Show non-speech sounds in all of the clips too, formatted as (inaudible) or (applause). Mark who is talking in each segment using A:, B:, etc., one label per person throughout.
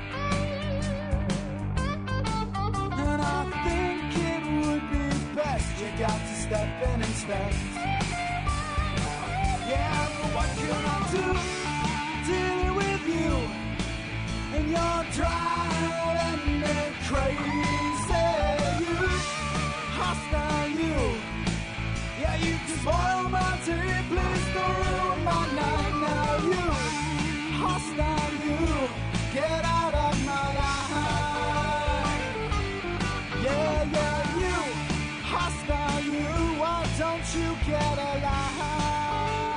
A: And I think it would be best you got to step in and inspect. Yeah, but what can I do? Dealing with you and your driving me crazy. You hostile, you. Yeah, you can spoil my day. Please don't ruin my night now. You hostile, you. Get out of my life. Yeah, yeah, you hostile, you. Why don't you get alive?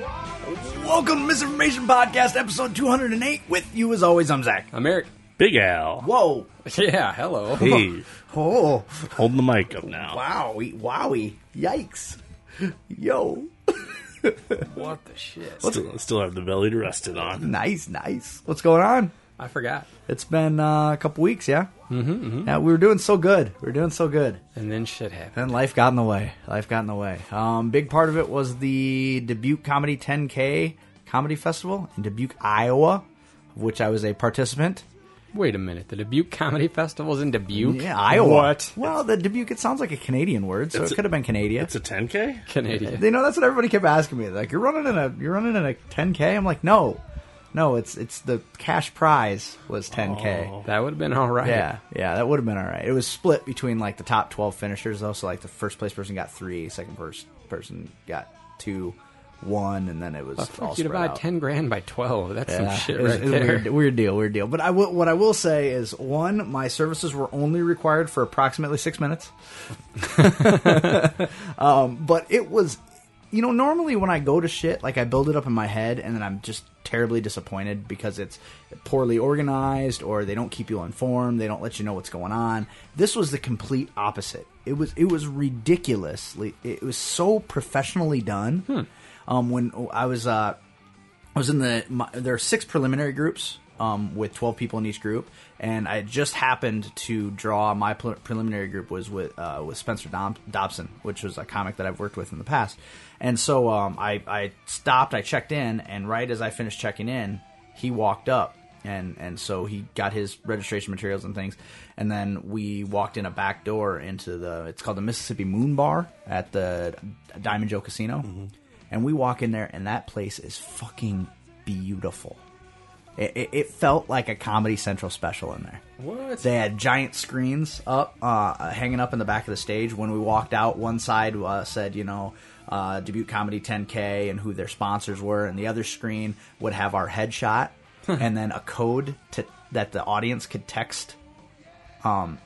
A: Why don't you-
B: Welcome to Misinformation Podcast, episode 208. With you, as always, I'm Zach.
C: I'm Eric.
D: Big Al.
B: Whoa.
C: (laughs) Yeah, hello.
D: Hey,
B: Oh,
D: holding the mic up now.
B: wowie, wowie. Yikes. Yo.
C: What the shit?
D: Still, still have the belly to rest it on.
B: Nice, nice. What's going on?
C: (laughs) I forgot.
B: It's been uh, a couple weeks, yeah? Mm-hmm, Yeah, we were doing so good. We were doing so good.
C: And then shit happened.
B: Then life got in the way. Life got in the way. Um, big part of it was the Dubuque Comedy 10K Comedy Festival in Dubuque, Iowa, of which I was a participant.
C: Wait a minute. The Dubuque Comedy Festival's in Dubuque?
B: Yeah, Iowa.
C: What?
B: Well, the Dubuque, it sounds like a Canadian word, so
D: It's
B: it
D: a-
B: could have been Canada.
D: It's a 10K?
C: (laughs) Canadian.
B: You know, that's what everybody kept asking me. Like, you're running in a you're running in a 10k. I'm like, no, no. It's it's the cash prize was 10k.
C: That would have been all right.
B: Yeah, yeah, that would have been all right. It was split between like the top 12 finishers though. So like the first place person got three, second first person got two, one, and then it was
C: The
B: all
C: Fuck you to
B: spread
C: buy
B: out.
C: ten grand by twelve. That's
B: Yeah,
C: some shit
B: it was-
C: right
B: it was a
C: there.
B: Weird, weird deal, weird deal. But I will, what I will say is, one, my services were only required for approximately six minutes. (laughs) um, but it was, you know, normally when I go to shit, like I build it up in my head, and then I'm just terribly disappointed because it's poorly organized, or they don't keep you informed, they don't let you know what's going on. This was the complete opposite. It was, it was ridiculously, it was so professionally done.
C: Hmm.
B: Um, when I was uh, I was in the my, there are six preliminary groups um, with twelve people in each group, and I just happened to draw my pre- preliminary group was with uh, with Spencer Dob- Dobson, which was a comic that I've worked with in the past, and so um, I I stopped, I checked in, and right as I finished checking in, he walked up. And, and so he got his registration materials and things, and then we walked in a back door into the it's called the Mississippi Moon Bar at the Diamond Joe Casino, and we walk in there, and that place is fucking beautiful. It, it, it felt like a Comedy Central special in there.
C: What?
B: (laughs) They had giant screens up, uh, hanging up in the back of the stage. When we walked out, one side uh, said, you know, uh, Dubuque Comedy 10K and who their sponsors were, and the other screen would have our headshot and then a code to that the audience could text
C: to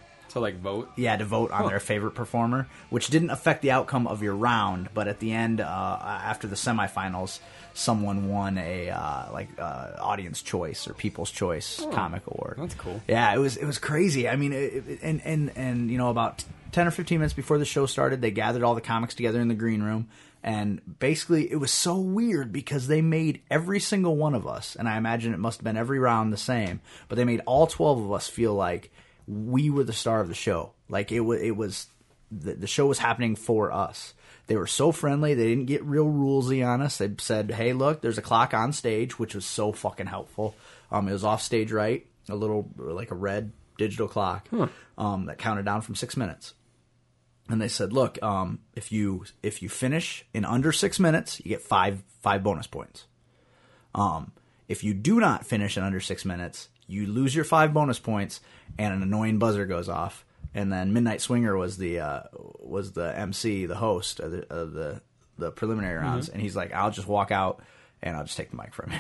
C: like vote. (laughs)
B: yeah, to vote on their favorite performer, which didn't affect the outcome of your round. But at the end, uh, after the semifinals, someone won a uh, like uh, audience choice or people's choice comic award.
C: Oh, that's cool.
B: Yeah, it was it was crazy. I mean, it, it, and and and you know, about ten or fifteen minutes before the show started, they gathered all the comics together in the green room, and basically, it was so weird because they made every single one of us, and I imagine it must have been every round the same, but they made all twelve of us feel like we were the star of the show. Like it was, it was the, the show was happening for us. They were so friendly. They didn't get real rulesy on us. They said, "Hey, look, there's a clock on stage," which was so fucking helpful. Um, it was off stage right, a little like a red digital clock um, that counted down from six minutes. And they said, "Look, um, if you if you finish in under six minutes, you get five five bonus points. If you do not finish in under six minutes, you lose your five bonus points, and an annoying buzzer goes off. And then Midnight Swinger was the uh, was the MC, the host of the, of the the preliminary rounds, and he's like, "I'll just walk out and I'll just take the mic from you."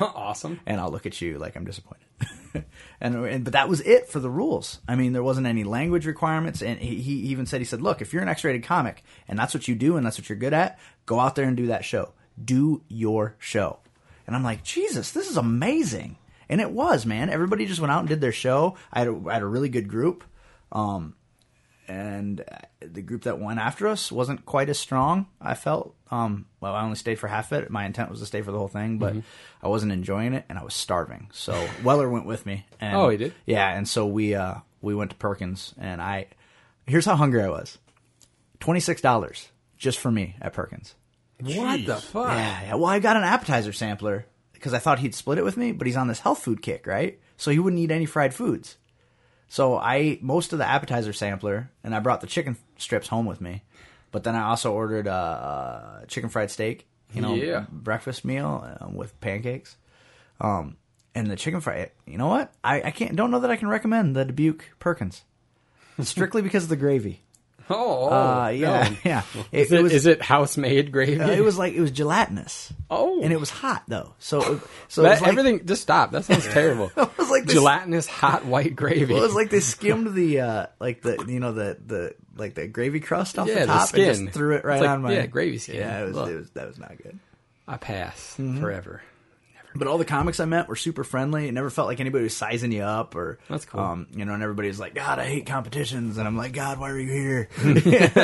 C: awesome.
B: and I'll look at you like I'm disappointed. (laughs) and, and but that was it for the rules. I mean, there wasn't any language requirements, and he, he even said he said, "Look, if you're an X-rated comic and that's what you do and that's what you're good at, go out there and do that show. Do your show." And I'm like, Jesus, this is amazing. And it was, man. Everybody just went out and did their show. I had a, I had a really good group. Um, and uh, the group that went after us wasn't quite as strong. I felt. Um, well, I only stayed for half it. My intent was to stay for the whole thing, but
C: Mm-hmm.
B: I wasn't enjoying it, and I was starving. So (laughs) Weller went with me. And,
C: Oh, he did?
B: Yeah, and so we uh, we went to Perkins, and I. Here's how hungry I was. Twenty six dollars just for me at Perkins.
C: What the fuck?
B: Yeah, yeah. Well, I got an appetizer sampler because I thought he'd split it with me, but he's on this health food kick, right? So he wouldn't eat any fried foods. So I ate most of the appetizer sampler, and I brought the chicken strips home with me. But then I also ordered uh, uh, chicken fried steak, you know,
C: Yeah.
B: breakfast meal uh, with pancakes. Um, and the chicken fried, you know what? I, I can't, don't know that I can recommend the Dubuque Perkins strictly because of the gravy.
C: (laughs) Oh,
B: Uh, yeah, (laughs)
C: no.
B: yeah.
C: Is it, is it house made gravy?
B: Uh, it was like it was gelatinous.
C: (laughs) Oh.
B: and it was hot though. So, so it
C: That-
B: was like,
C: everything. Just stop. That
B: (laughs)
C: sounds terrible.
B: It was like this-
C: gelatinous hot white gravy.
B: It was
C: (laughs)
B: like they skimmed the uh, like the you know the the like the gravy crust off
C: Yeah,
B: the
C: the
B: top and
C: skin.
B: just threw it right
C: It's like-
B: on my
C: yeah, gravy skin.
B: Yeah, it was,
C: Ugh.
B: it was that was not good.
C: I pass
B: Mm-hmm.
C: forever.
B: But all the comics I met were super friendly. It never felt like anybody was sizing you up or
C: That's cool.
B: Um, you know, and everybody was like, "God, I hate competitions," and I'm like, "God, why are
C: (laughs)
B: you here?" (laughs)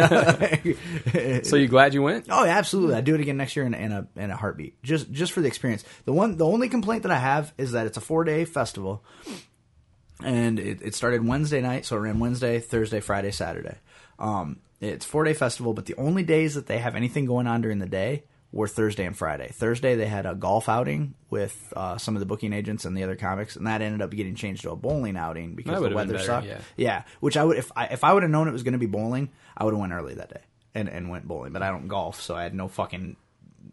C: So you glad you went?
B: Oh, yeah, absolutely. I'd do it again next year in, in a in a heartbeat. Just just for the experience. The one the only complaint that I have is that it's a four day festival, and it, it started Wednesday night, so it ran Wednesday, Thursday, Friday, Saturday. Um, it's four day festival, but the only days that they have anything going on during the day were Thursday and Friday. Thursday they had a golf outing with uh, some of the booking agents and the other comics, and that ended up getting changed to a bowling outing because the
C: would've been
B: weather
C: better,
B: sucked.
C: yeah.
B: Yeah, which I would if I if I would have known it was going to be bowling, I would have went early that day and and went bowling. But I don't golf, so I had no fucking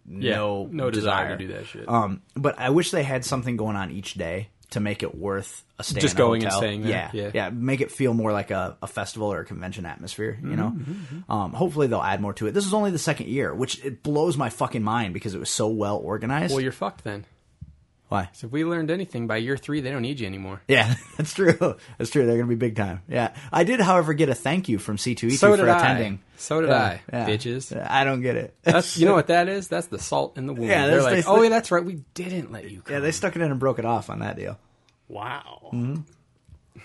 C: Yeah,
B: no
C: no desire to do that shit.
B: Um, but I wish they had something going on each day to make it worth a stay.
C: Just
B: in a
C: going and
B: hotel.
C: staying there,
B: Yeah,
C: yeah.
B: Make it feel more like a, a festival or a convention atmosphere.
C: Mm-hmm,
B: You know. Um, hopefully they'll add more to it. This is only the second year, which it blows my fucking mind because it was so well organized.
C: Well, you're fucked then.
B: Why?
C: So if we learned anything by year three, they don't need you anymore.
B: Yeah, (laughs) that's true. That's true. They're going to be big time. Yeah. I did, however, get a thank you from C2E2
C: So
B: for
C: did I.
B: attending.
C: So did
B: Yeah,
C: I,
B: yeah.
C: bitches.
B: I don't get it.
C: That's
B: (laughs)
C: you know what that is. That's the salt in the wound.
B: Yeah,
C: They're like,
B: that's- they-
C: oh yeah, that's right. We didn't let you. Come.
B: yeah, they stuck it in and broke it off on that deal.
D: Wow.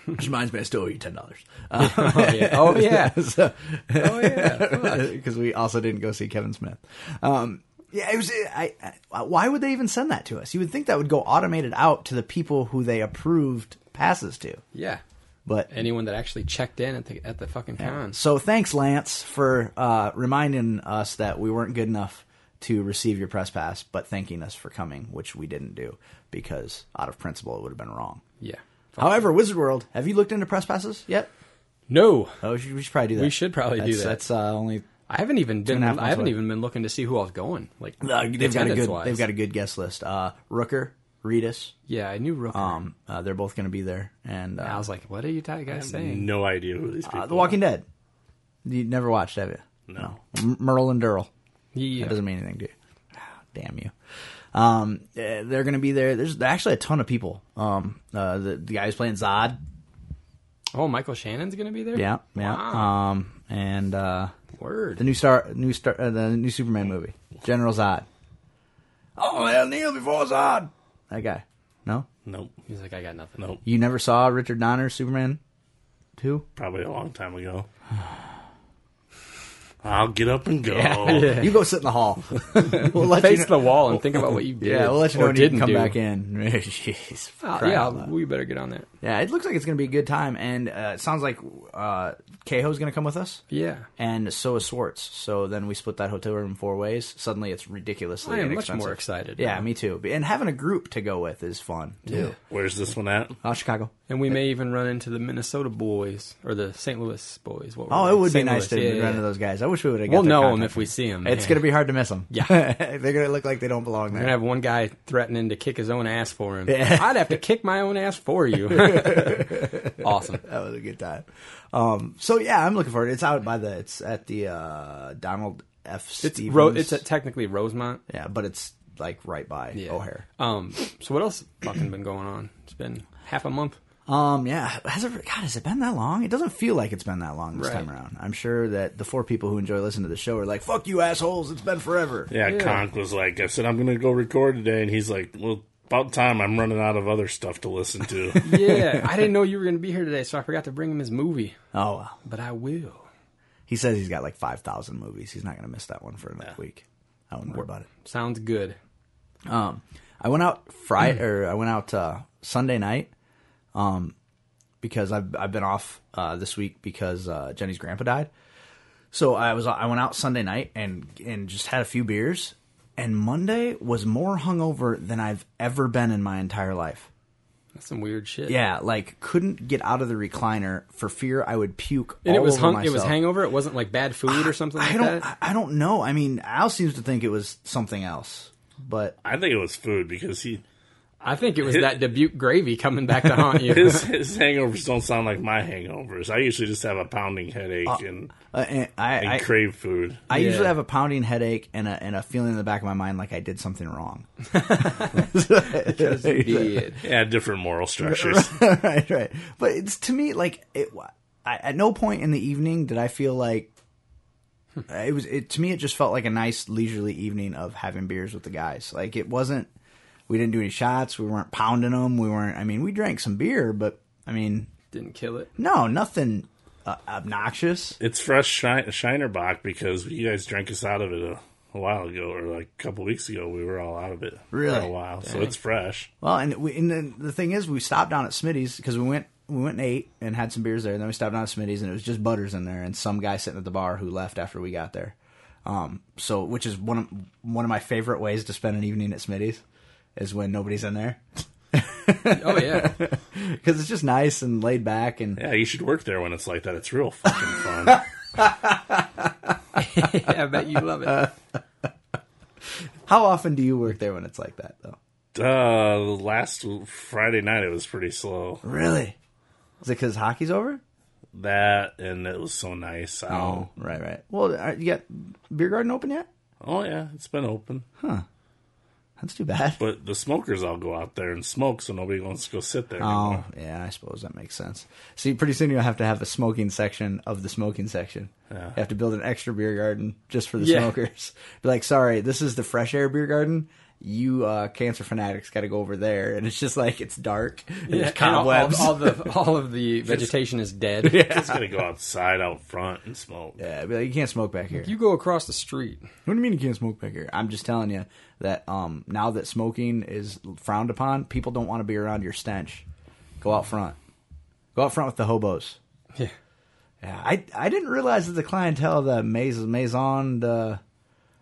B: Which reminds me, I still owe you ten dollars
C: (laughs) oh
B: (laughs)
C: yeah. Oh yeah. oh yeah.
B: because we also didn't go see Kevin Smith. Um, yeah, it was. I, I. Why would they even send that to us? You would think that would go automated out to the people who they approved passes to,
C: Yeah.
B: but
C: Anyone that actually checked in at the at the fucking con.
B: So thanks, Lance, for uh, reminding us that we weren't good enough to receive your press pass, but thanking us for coming, which we didn't do because out of principle it would have been wrong.
C: Yeah. Fuck.
B: However, Wizard World, have you looked into press passes yet?
C: No,
B: Oh, we should, we should probably do that.
C: We should probably do
B: That's-
C: that.
B: That's uh, only
C: I haven't even been.
B: and a half
C: I haven't
B: months away.
C: even been looking to see who I was going. Like
B: uh, they've got a good
C: attendance-wise.
B: they've got a good guest list. Uh, Rooker, Reedus,
C: Yeah, I knew Rooker.
B: um, uh, they're both going to be there, and uh,
C: I was like, what are you ta- guys saying?
D: No idea who these people
B: uh, The Walking Dead. You never watched, have you?
D: No.
B: M- Merle and Durrell.
C: Yeah.
B: That doesn't mean anything to you. Ah, Damn you. Um, eh, they're going to be there. There's actually a ton of people. Um, uh, the, the guy who's playing Zod.
C: Oh, Michael Shannon's gonna be there.
B: Yeah, yeah.
C: Wow.
B: Um, and uh,
C: Word.
B: the new star, new star, uh, the new Superman movie, General Zod. Oh, they'll kneel before Zod. That guy. No,
D: Nope.
C: He's like, I got nothing.
D: Nope.
B: you never saw Richard Donner Superman. Two.
D: Probably a long time ago. I'll get up and go.
B: (laughs) You go sit in
C: (laughs)
B: the hall. (laughs) we'll let
C: Oh. Face
B: you
C: the
B: know-
C: wall and think about what you did.
B: (laughs) Yeah, we'll let you know
C: or
B: when you can
C: didn't
B: come
C: do.
B: back in. (laughs) Jeez, for
C: Uh,
B: crying
C: yeah,
B: out loud.
C: we better get on that.
B: Yeah, it looks like it's going to be a good time, and uh, it sounds like uh, Kehoe's going to come with us,
C: Yeah.
B: and so is Swartz. So then we split that hotel room four ways. Suddenly, it's ridiculously.
C: I am much
B: inexpensive.
C: more excited
B: Yeah,
C: now.
B: me too. And having a group to go with is fun too.
D: Where's this one at?
B: Oh, Chicago.
C: And we may even run into the Minnesota boys or the St. Louis boys. What were
B: Oh,
C: they?
B: it would
C: St.
B: be nice
C: Louis,
B: to
C: yeah,
B: run
C: yeah.
B: into those guys. I wish we would have.
C: We'll know 'em if we see 'em, (laughs)
B: It's
C: man.
B: going to be hard to miss them.
C: Yeah.
B: (laughs) they're going to look like they don't belong
C: We're
B: there.
C: gonna have one guy threatening to kick his own ass for him. I'd have to kick my own ass for
B: (laughs)
C: you. awesome.
B: that was a good time. Um, so yeah, I'm looking forward. It's out by the. It's at the uh, Donald F.
C: It's
B: Stevens.
C: Ro- it's uh technically Rosemont.
B: yeah, but it's like right by O'Hare.
C: Um. So what else fucking been going on? It's been half a
B: (laughs)
C: month.
B: Um, yeah. Has it, God, has it been that long? It doesn't feel like it's been that long this
C: Right.
B: time around. I'm sure that the four people who enjoy listening to the show are like, "Fuck you, assholes! It's been forever."
D: Yeah, Conk was like, I said, I'm going to go record today. And he's like, well, about time I'm running out of other stuff to listen to.
C: (laughs) Yeah. I didn't know you were going to be here today, so I forgot to bring him his movie.
B: Oh, well.
C: But I will.
B: he says he's got like five thousand movies. He's not going to miss that one for another week. I wouldn't worry about it.
C: Sounds good.
B: Um, I went out
C: Mm.
B: Friday or I went out uh, Sunday night, um, because I've I've been off uh, this week because uh, Jenny's grandpa died. So I was I went out Sunday night and and just had a few beers, and Monday was more hungover than I've ever been in my entire life.
C: That's some weird shit.
B: Yeah, like couldn't get out of the recliner for fear I would puke.
C: And it
B: all
C: was
B: over
C: hung- it was
B: myself.
C: hangover. It wasn't like bad food or something like
B: I don't
C: that.
B: I, I don't know. I mean, Al seems to think it was something else, but
D: I think it was food because he
C: I think it was that Dubuque gravy coming back to haunt (laughs) you.
D: his, his hangovers don't sound like my hangovers. I usually just have a pounding headache and,
B: uh, and I,
D: and
B: I
D: crave food.
B: I
C: Yeah.
B: usually have a pounding headache and a and a feeling in the back of my mind like I did something wrong.
C: Did.
D: yeah, different moral structures.
B: (laughs) right, right. But it's to me like it. I, at no point in the evening did I feel like it was. It to me, it just felt like a nice leisurely evening of having beers with the guys. Like it wasn't. We didn't do any shots. We weren't pounding them. We weren't. I mean, we drank some beer, but I mean,
C: Didn't kill it.
B: no, nothing uh, obnoxious.
D: it's fresh shi- Shinerbach because you guys drank us out of it a, a while ago or like a couple weeks ago. We were all out of it for
B: Really?
D: a while, so it's fresh.
B: Well, and we, and then the thing is, we stopped down at Smitty's because we went we went and ate and had some beers there, and then we stopped down at Smitty's and it was just Butters in there and some guy sitting at the bar who left after we got there. Um, so which is one of one of my favorite ways to spend an evening at Smitty's is when nobody's in there (laughs)
C: Oh yeah. (laughs)
B: because it's just nice and laid back and
D: Yeah, you should work there when it's like that. It's real fucking
B: (laughs)
D: fun.
C: I bet you love
B: Uh,
C: it.
B: how often do you work there when it's like that though?
D: uh, last Friday night it was pretty slow.
B: Really? Is it because hockey's over?
D: That and it was so nice. I don't-
B: right, right. Well, are, you got beer garden open yet?
D: Oh yeah, it's been open,
B: That's too bad.
D: but the smokers all go out there and smoke, so nobody wants to go sit there.
B: Oh,
D: anymore.
B: yeah, I suppose that makes sense. See, pretty soon you'll have to have a smoking section of the smoking section. You have to build an extra beer garden just for the
C: Yeah.
B: smokers. (laughs) Be like, sorry, this is the fresh air beer garden. You uh, cancer fanatics got to go over there, and it's just like it's dark. (laughs) And
C: Yeah,
B: there's
C: and all, all,
B: cobwebs.
C: all the all of the vegetation is dead.
D: Just gonna go outside out front and smoke.
B: (laughs) yeah, be like, you can't smoke back here.
C: You go across the street.
B: What do you mean you can't smoke back here? I'm just telling you that um, now that smoking is frowned upon, people don't want to be around your stench. Go out front. Go out front with the hobos.
C: Yeah.
B: Yeah, I I didn't realize that the clientele of the Maison Maison de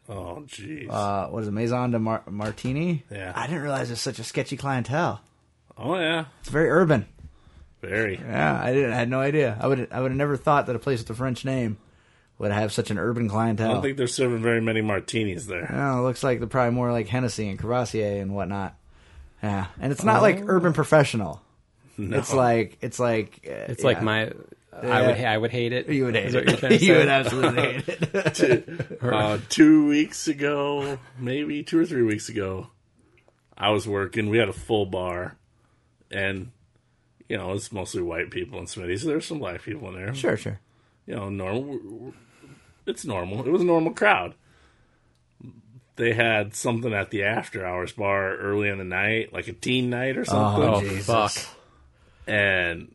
D: Oh jeez.
B: uh, what is it Maison de Mar- Martini?
D: Yeah.
B: I didn't realize it's such a sketchy clientele.
D: oh yeah,
B: It's very urban.
D: very.
B: Yeah, I didn't I had no idea. I would I would have never thought that a place with a French name would have such an urban
D: I
B: clientele.
D: don't think they're serving very many martinis there.
B: No, it looks like they're probably more like Hennessy and Cavassier and whatnot. Yeah, and it's not like urban professional. It's like it's like uh,
C: It's like my. I would I would hate it.
B: you would hate
C: Is what you're trying
B: it.
C: to
B: (laughs) you
C: say?
B: would absolutely hate it.
D: (laughs) Uh, two weeks ago, maybe two or three weeks ago, I was working. We had a full bar, and you know it's mostly white people in Smitty, so there's some black people in there.
B: Sure, sure.
D: you know, normal. It's normal. It was a normal crowd. They had something at the after hours bar early in the night, like a teen night or something,
C: Oh fuck!
D: and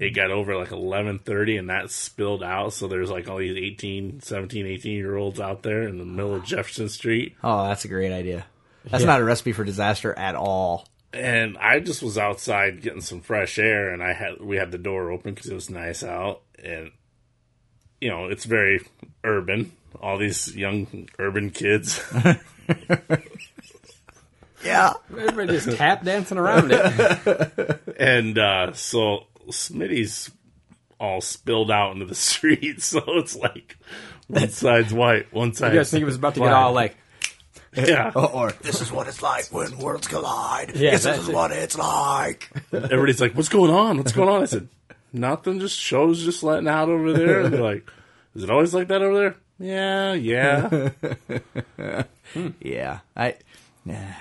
D: it got over like 11:30 and that spilled out so there's like all these 18, 17, 18 year olds out there in the middle of Jefferson Street
B: Oh, that's a great idea. That's not a recipe for disaster at all.
D: and I just was outside getting some fresh air, and I had we had the door open because it was nice out, and you know it's very urban. All these young urban kids, (laughs)
B: Yeah.
C: Everybody just tap dancing around (laughs) it.
D: and uh, so Smitty's all spilled out into the (laughs) street. So it's like one side's white, one side.
C: You guys Oh. think it was about to get all like
D: yeah.
B: Or this is what it's like when worlds collide.
C: Yeah, This that's is it. what
B: it's like.
D: Everybody's like, "What's going on? What's going on?" I said, "Nothing. Just shows just letting out over there." And they're like, "Is it always like that over there?" Yeah, yeah.
B: Yeah, I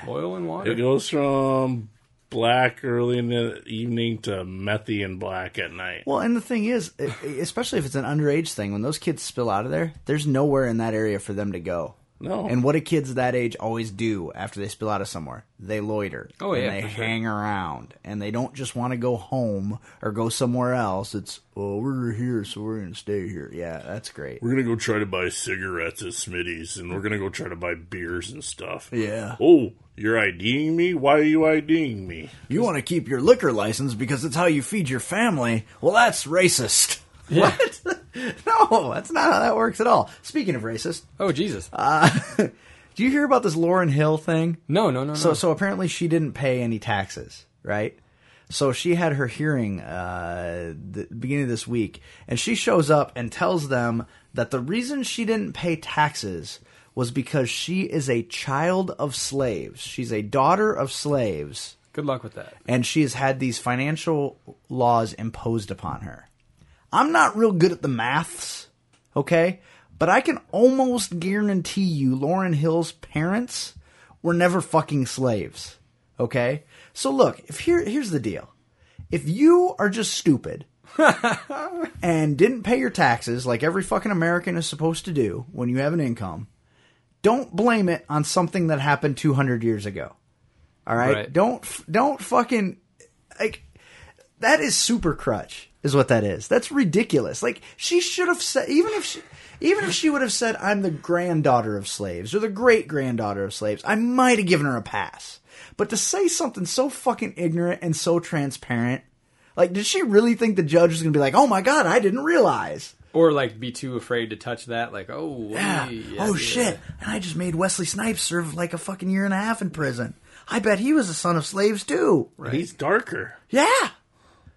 C: Oil and water.
D: it goes from black early in the evening to methy and black at night.
B: Well, and the thing is, e- especially if it's an underage thing, when those kids spill out of there, there's nowhere in that area for them to go.
D: No.
B: And what do kids that age always do after they spill out of somewhere? They loiter.
C: Oh,
B: and
C: yeah,
B: they
C: for sure.
B: hang around, and they don't just want to go home or go somewhere else. It's oh, we're here, so we're gonna stay here. Yeah, that's great.
D: We're gonna go try to buy cigarettes at Smitty's, and we're gonna go try to buy beers and stuff.
B: Yeah.
D: Oh, you're IDing me? Why are you IDing me?
B: You want to keep your liquor license because it's how you feed your family. Well, that's racist. What? (laughs) no, that's not how that works at all. Speaking of racist,
C: oh Jesus!
B: Uh, (laughs) do you hear about this Lauren Hill thing?
C: no, no, no, no.
B: So so apparently she didn't pay any taxes, right? So she had her hearing uh, the beginning of this week, and she shows up and tells them that the reason she didn't pay taxes was because she is a child of slaves. She's a daughter of slaves,
C: Good luck with that.
B: and she has had these financial laws imposed upon her. I'm not real good at the maths, okay? But I can almost guarantee you Lauren Hill's parents were never fucking slaves, okay? So look, if here here's the deal. If you are just stupid and didn't pay your taxes like every fucking American is supposed to do when you have an income, don't blame it on something that happened 200 years ago. All right?
C: Right.
B: Don't f- don't fucking like that is super crutch is what that is that's ridiculous like she should have said even if she even if she would have said i'm the granddaughter of slaves or the great granddaughter of slaves i might have given her a pass but to say something so fucking ignorant and so transparent like did she really think the judge was going to be like oh my god i didn't realize
C: Or like, be too afraid to touch that. Like, oh,
B: yeah.
C: hey, yeah,
B: oh
C: yeah.
B: shit. And I just made Wesley Snipes serve like a fucking year and a half in prison. I bet he was a son of slaves too.
D: Right. He's darker.
B: Yeah.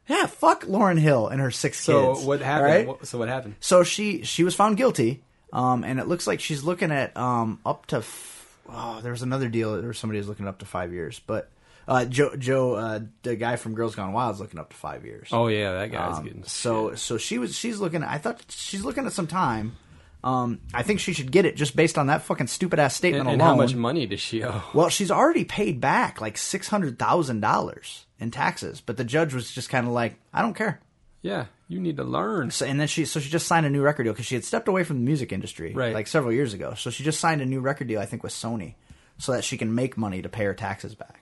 B: Yeah, fuck Lauren Hill and her six
C: So
B: kids.
C: what happened?
B: all right?
C: What- So what happened?
B: So she she was found guilty, um, and it looks like she's looking at um, up to. F- oh, there was another deal where somebody was looking up to five years, but uh, Joe Joe uh, the guy from Girls Gone Wild is looking up to five years.
C: Oh yeah, that guy's
B: Um,
C: getting
B: so so she was she's looking. I thought she's looking at some time. Um, I think she should get it just based on that fucking stupid ass statement
C: And, and
B: alone.
C: how much money does she owe? (laughs)
B: Well, she's already paid back like six hundred thousand dollars in taxes, but the judge was just kind of like, I don't care.
C: Yeah, you need to learn.
B: (laughs) So, and then she so she just signed a new record deal because she had stepped away from the music industry
C: Right.
B: like several years ago. So she just signed a new record deal, I think, with Sony, so that she can make money to pay her taxes back.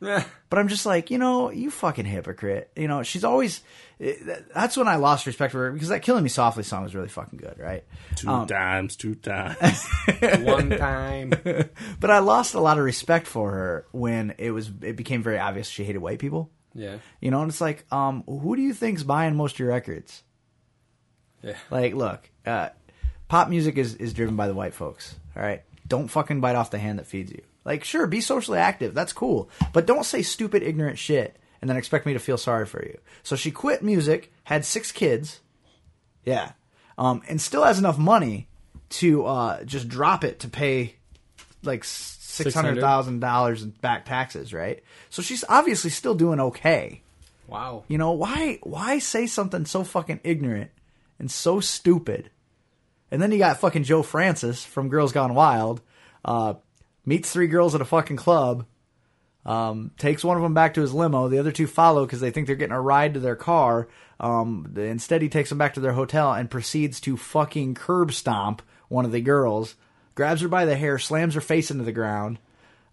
C: Yeah.
B: But I'm just like, you know, you fucking hypocrite. You know, she's always. eh, that- That's when I lost respect for her because that "Killing Me Softly" song was really fucking good, right?
D: Two times, two (laughs) times.
C: One time.
B: But I lost a lot of respect for her when it was it became very obvious she hated white people.
C: (laughs) Yeah.
B: You know, and it's like, um, who do you think's buying most of your records?
C: Yeah.
B: Like, look, uh, pop music is, is driven by the white folks. All right, don't fucking bite off the hand that feeds you. Like, sure, be socially active. That's cool, but don't say stupid, ignorant shit and then expect me to feel sorry for you. So she quit music, had six kids, yeah, um, and still has enough money to uh, just drop it to pay like six hundred thousand dollars in back taxes, right? So she's obviously still doing okay.
C: Wow.
B: You know why? Why say something so fucking ignorant and so stupid? And then you got fucking Joe Francis from Girls Gone Wild, uh, meets three girls at a fucking club, um, takes one of them back to his limo. The other two follow because they think they're getting a ride to their car. Um, th- instead, he takes them back to their hotel and proceeds to fucking curb stomp one of the girls, grabs her by the hair, slams her face into the ground,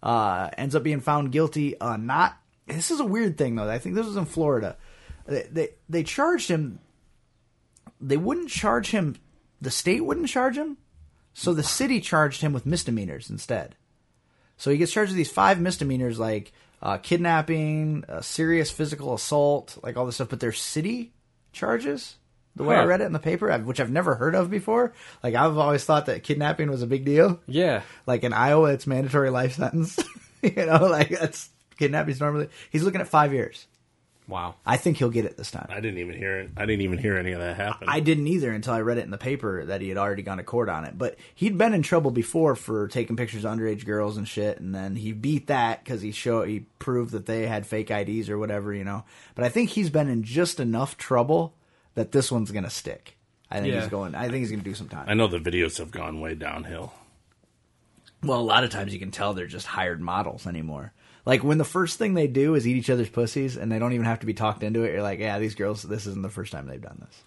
B: uh, ends up being found guilty. Uh, not this is a weird thing though. I think this was in Florida. They they, they charged him. They wouldn't charge him. The state wouldn't charge him, so the city charged him with misdemeanors instead. So he gets charged with these five misdemeanors like uh, kidnapping, uh, serious physical assault, like all this stuff. But they're city charges. The way I
C: Huh.
B: read it in the paper, I've- which I've never heard of before. Like I've always thought that kidnapping was a big deal
C: Yeah.
B: like in Iowa, it's mandatory life sentence. (laughs) you know, like that's kidnapping's normally. He's looking at five years.
C: Wow.
B: I think he'll get it this time.
D: I didn't even hear it. I didn't even hear any of that happen.
B: I didn't either until I read it in the paper that he had already gone to court on it. But he'd been in trouble before for taking pictures of underage girls and shit, and then he beat that because he show he proved that they had fake IDs or whatever, you know. But I think he's been in just enough trouble that this one's gonna stick. I think
C: Yeah.
B: he's going. I think he's going to do some time.
D: I know the videos have gone way downhill.
B: Well, a lot of times you can tell they're just hired models anymore. Like when the first thing they do is eat each other's pussies, and they don't even have to be talked into it. You're like, yeah, these girls. This isn't the first time they've done this.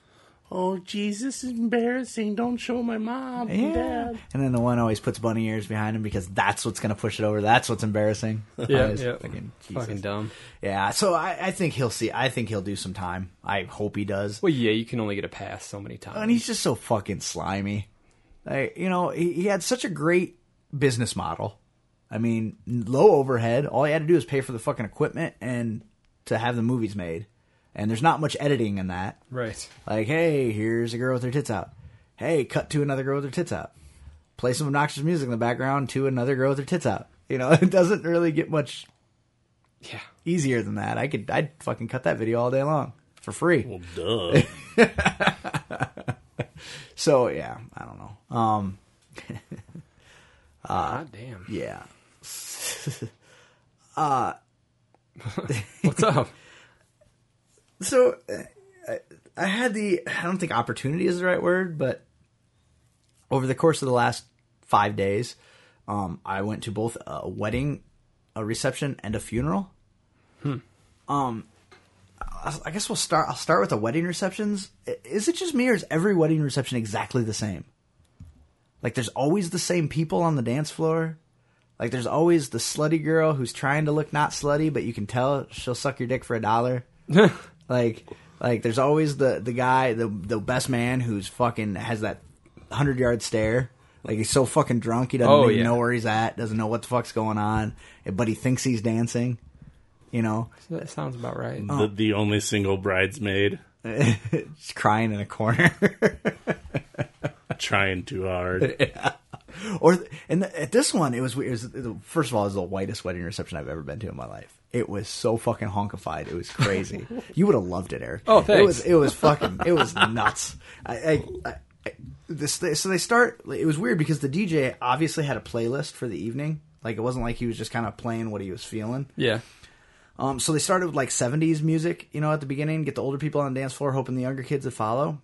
D: Oh, Jesus, is embarrassing. Don't show my mom and
B: Yeah.
D: dad.
B: And then the one always puts bunny ears behind him because that's what's going to push it over. That's what's embarrassing.
C: (laughs) Yeah,
B: It's
C: yeah.
B: Fucking, Jesus.
C: Fucking dumb.
B: Yeah. So I, I think he'll see. I think he'll do some time. I hope he does.
C: Well, yeah, you can only get a pass so many times.
B: and he's just so fucking slimy. Like, you know, he, he had such a great business model. I mean, low overhead. All he had to do was pay for the fucking equipment and to have the movies made. And there's not much editing in that. (laughs)
C: right.
B: Like, hey, here's a girl with her tits out. Hey, cut to another girl with her tits out. Play some obnoxious music in the background to another girl with her tits out. You know, (laughs) it doesn't really get much
C: Yeah.
B: easier than that. I could, I'd fucking cut that video all day long for free.
D: Well, (laughs) duh.
B: So yeah, I don't know. Um, Ah,
C: God damn.
B: yeah.
C: What's up?
B: so uh, I, I had the I don't think opportunity is the right word, but over the course of the last five days, um, I went to both a wedding, a reception, and a funeral. Um, I, I guess we'll start. I'll start with the wedding receptions. I- Is it just me, or is every wedding reception exactly the same? Like, there's always the same people on the dance floor. Like, there's always the slutty girl who's trying to look not slutty, but you can tell she'll suck your dick for
C: (laughs)
B: a dollar. Like like there's always the the guy the the best man who's fucking has that hundred yard stare. Like he's so fucking drunk he doesn't
C: Oh,
B: even
C: yeah.
B: know where he's at, doesn't know what the fuck's going on, but he thinks he's dancing. You know,
C: That sounds about right.
B: Mm.
D: the, the only single bridesmaid
B: he's crying in a corner. (laughs)
D: trying too (laughs) hard.
B: or and th at this one it was weird. It was, the- first of all, it was the whitest wedding reception I've ever been to in my life. It was so fucking honkified. It was crazy. you would have loved it, Eric.
C: Oh, thanks.
B: It was it was fucking it was nuts. I, I, I, I this they, so they start. It was weird because the DJ obviously had a playlist for the evening. Like it wasn't like he was just kind of playing what he was feeling.
C: Yeah.
B: Um, so they started with like 70s music, you know, at the beginning, get the older people on the dance floor, hoping the younger kids would follow.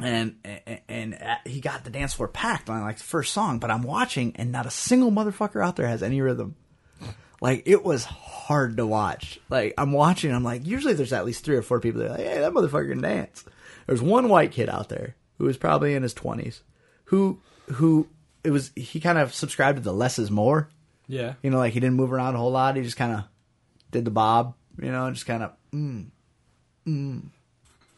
B: And and, and uh, he got the dance floor packed on like the first song, but I'm watching and not a single motherfucker out there has any rhythm. Like it was hard to watch. Like I'm watching, I'm like, usually there's at least three or four people that are like, hey, that motherfucker can dance. There's one white kid out there who was probably in his 20s, who who it was he kind of subscribed to the less is more
C: Yeah.
B: you know, like he didn't move around a whole lot. He just kind of did the bob, you know, just kind of mm, mm, mm,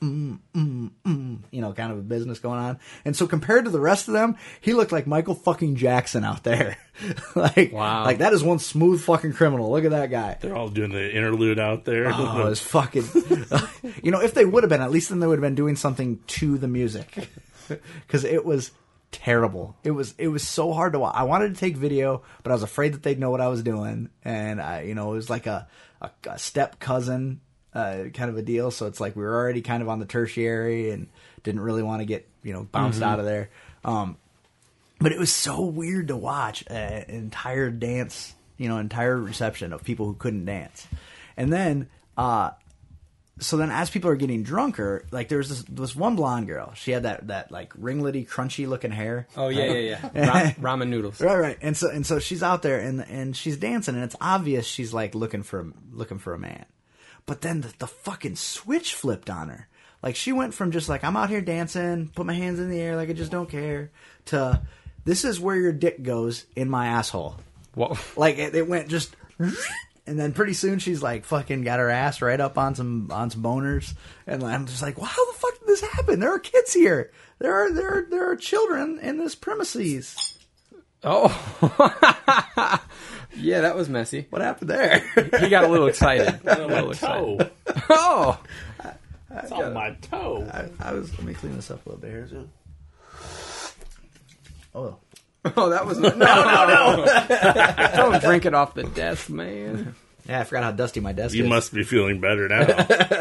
B: mm, mm, you know, kind of a business going on. And so compared to the rest of them, he looked like Michael fucking Jackson out there. (laughs) like,
C: Wow.
B: like that is one smooth fucking criminal. Look at that guy.
D: They're all doing the interlude out (laughs) there.
B: Oh, it was fucking. (laughs) you know, if they would have been, at least then they would have been doing something to the music, (laughs) because it was terrible. It was it was so hard to watch. I wanted to take video, but I was afraid that they'd know what I was doing, and I, you know, it was like a a, a step cousin uh, kind of a deal. So it's like we were already kind of on the tertiary and didn't really want to get you know bounced out of there. Um, but it was so weird to watch uh, an entire dance, you know, entire reception of people who couldn't dance. And then, uh, so then as people are getting drunker, like there was this, this one blonde girl. She had that, that like ringlety, crunchy looking hair.
C: Oh yeah, yeah,
B: (laughs)
C: yeah. Ra- ramen noodles.
B: Right, right. And so and so she's out there and and she's dancing and it's obvious she's like looking for a, looking for a man. But then the, the fucking switch flipped on her. Like she went from just like I'm out here dancing, put my hands in the air like I just don't care to this is where your dick goes in my asshole.
C: What?
B: Like it, it went just (laughs) and then pretty soon she's like fucking got her ass right up on some on some boners and I'm just like, "Wow, how the fuck did this happen? There are kids here. There are there are, there are children in this premises."
C: Oh. (laughs) yeah, that was messy.
B: What happened there?
C: He got a little
B: (laughs)
C: excited. A little
D: my
C: excited.
D: toe.
C: Oh.
D: It's on my toe.
B: I, I was. Let me clean this up a little bit here. so- Oh,
C: (laughs) Oh, that
B: (laughs)
C: was no, no, no. (laughs) Don't drink it off the desk, man.
B: yeah. I forgot how dusty my desk
D: You
B: is.
D: must be feeling better now. (laughs)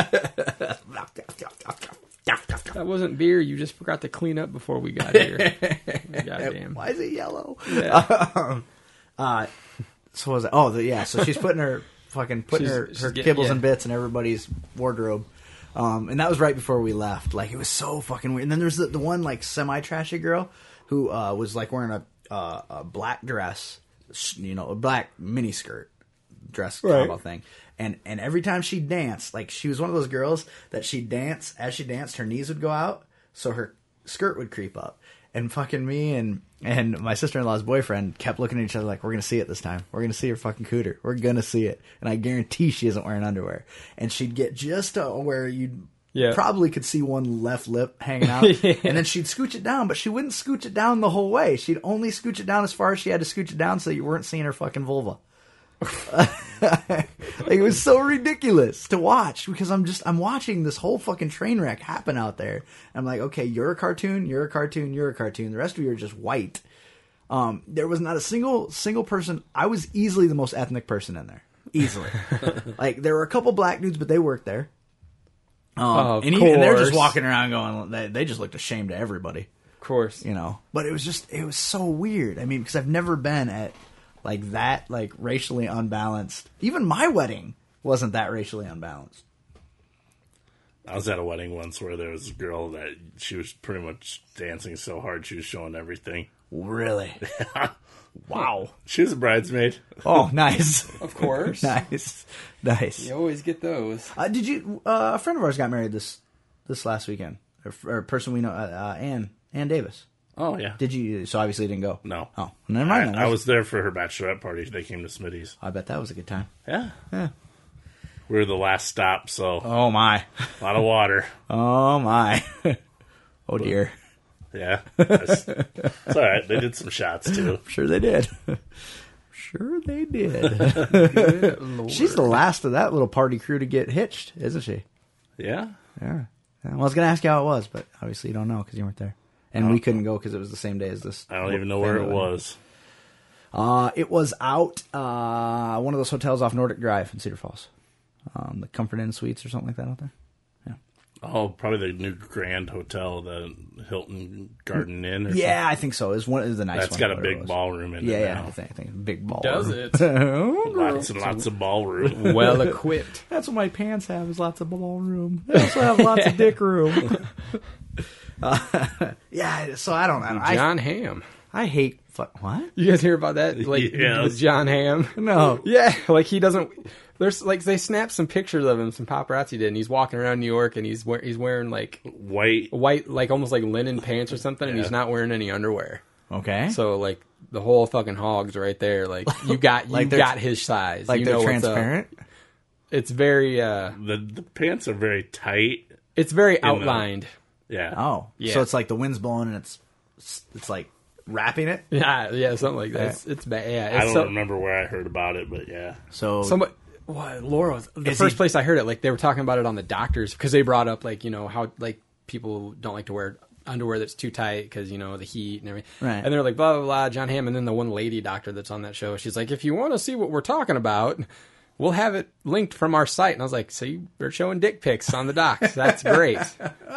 C: That wasn't beer. You just forgot to clean up before we got
B: (laughs)
C: here. Goddamn.
B: Why is it yellow? (laughs)
C: Yeah.
B: So what was it? Oh, the, yeah. So she's putting her (laughs) fucking putting
C: She's-
B: her,
C: she's
B: her
C: getting-
B: kibbles
C: yeah.
B: and bits in everybody's wardrobe. Um, and that was right before we left. Like it was so fucking weird. And then there's the, the one like semi trashy girl who uh, was like wearing a, uh, a black dress, s- you know, a black miniskirt dress combo thing. And and every time she danced, like she was one of those girls that she danced as she danced, her knees would go out, so her skirt would creep up. And fucking me and and my sister in law's boyfriend kept looking at each other like, "We're gonna see it this time. We're gonna see her fucking cooter. We're gonna see it." And I guarantee she isn't wearing underwear. And she'd get just to where you'd
C: Yeah.
B: probably could see one left lip hanging out, and then she'd scooch it down. But she wouldn't scooch it down the whole way. She'd only scooch it down as far as she had to scooch it down, so you weren't seeing her fucking vulva. Like it was so ridiculous to watch because I'm just I'm watching this whole fucking train wreck happen out there. I'm like, okay, you're a cartoon, you're a cartoon, you're a cartoon. The rest of you are just white. Um, there was not a single single person. I was easily the most ethnic person in there. (laughs) Easily, like there were a couple black dudes, but they worked there. Um,
C: Of
B: and, even, and they're just
C: course.
B: walking around going. They, they just looked ashamed to everybody
C: Of course.
B: you know. But it was just it was so weird. I mean, because I've never been at like that like racially unbalanced. Even my wedding wasn't that racially unbalanced.
D: I was at a wedding once where there was a girl that she was pretty much dancing so hard she was showing everything.
B: (laughs) Really? wow.
D: She was a bridesmaid.
B: Oh, (laughs) nice.
C: Of course.
B: nice. Nice.
C: You always get those.
B: Uh, did you uh, a friend of ours got married this this last weekend? Or, or a person we know, uh, uh, Ann Ann Davis.
D: Oh yeah.
B: Did you? So obviously you didn't go.
D: No.
B: Oh, never
D: I,
B: mind. then.
D: I was there for her bachelorette party. They came to Smitty's.
B: I bet that was a good time.
D: Yeah.
B: Yeah.
D: We were the last stop, so
B: Oh my. (laughs)
D: a lot of water.
B: Oh my. (laughs) oh dear.
D: (laughs) Yeah. It's, it's all right. They did some shots too.
B: Sure they did. (laughs) sure they did. (laughs) She's the last of that little party crew to get hitched, isn't she?
D: Yeah.
B: Yeah. Yeah, Well, I was going to ask you how it was, but obviously you don't know because you weren't there. And we couldn't go because it was the same day as this.
D: I don't even know where it
B: family wedding.
D: was.
B: Uh, it was out uh, one of those hotels off Nordic Drive in Cedar Falls. Um, the Comfort Inn Suites or something like that out there.
D: Oh, probably the new Grand Hotel, the Hilton Garden Inn. Or
B: Yeah, I think so. It was one it was the nice
D: something. that's
B: one.
D: got a
B: whatever it
D: big
B: was.
D: ballroom in
B: Yeah,
D: it.
B: yeah.
D: now.
B: I think, I think big Oh, ball.
C: Does
B: (laughs) room.
C: it?
D: Lots and lots of
C: (laughs)
D: ballroom.
C: Well equipped.
B: That's what my pants have is lots of ballroom. They also have lots of dick room.
C: (laughs)
B: Uh, (laughs) yeah, so I don't know. I,
C: John Ham.
B: I hate fuck what?
C: You guys hear about that? (laughs) Like
D: Yes.
C: with John Ham.
B: No.
C: Yeah, like he doesn't. There's like they snapped some pictures of him, some paparazzi did, and he's walking around New York, and he's wear, he's wearing like
D: (laughs) White.
C: white, like almost like linen pants or something, and he's not wearing any underwear.
B: Okay. So
C: So like the whole fucking hogs right there. Like
B: (laughs)
C: you got you
B: Like they're-
C: got his size.
B: like
C: you
B: they're
C: know what's up.
B: transparent.
C: It's very uh,
D: The the pants are very tight.
C: it's very outlined. (laughs)
D: Yeah.
B: Oh.
C: Yeah.
B: So it's like the wind's blowing and it's it's like wrapping it.
C: Yeah, yeah, something like that. It's, it's bad. Yeah, it's
D: I don't
C: so-
D: remember where I heard about it, but yeah.
B: So
C: Somebody, what, Laura, was- the
B: Is
C: first
B: he-
C: place I heard it, like they were talking about it on the doctors because they brought up like you know how like people don't like to wear underwear that's too tight because you know the heat and everything.
B: Right.
C: And they're like blah blah blah. John Hamm and then the one lady doctor that's on that show, she's like, if you want to see what we're talking about. We'll have it linked from our site, and I was like, "So you are showing dick pics on the docs? That's
B: (laughs)
C: great.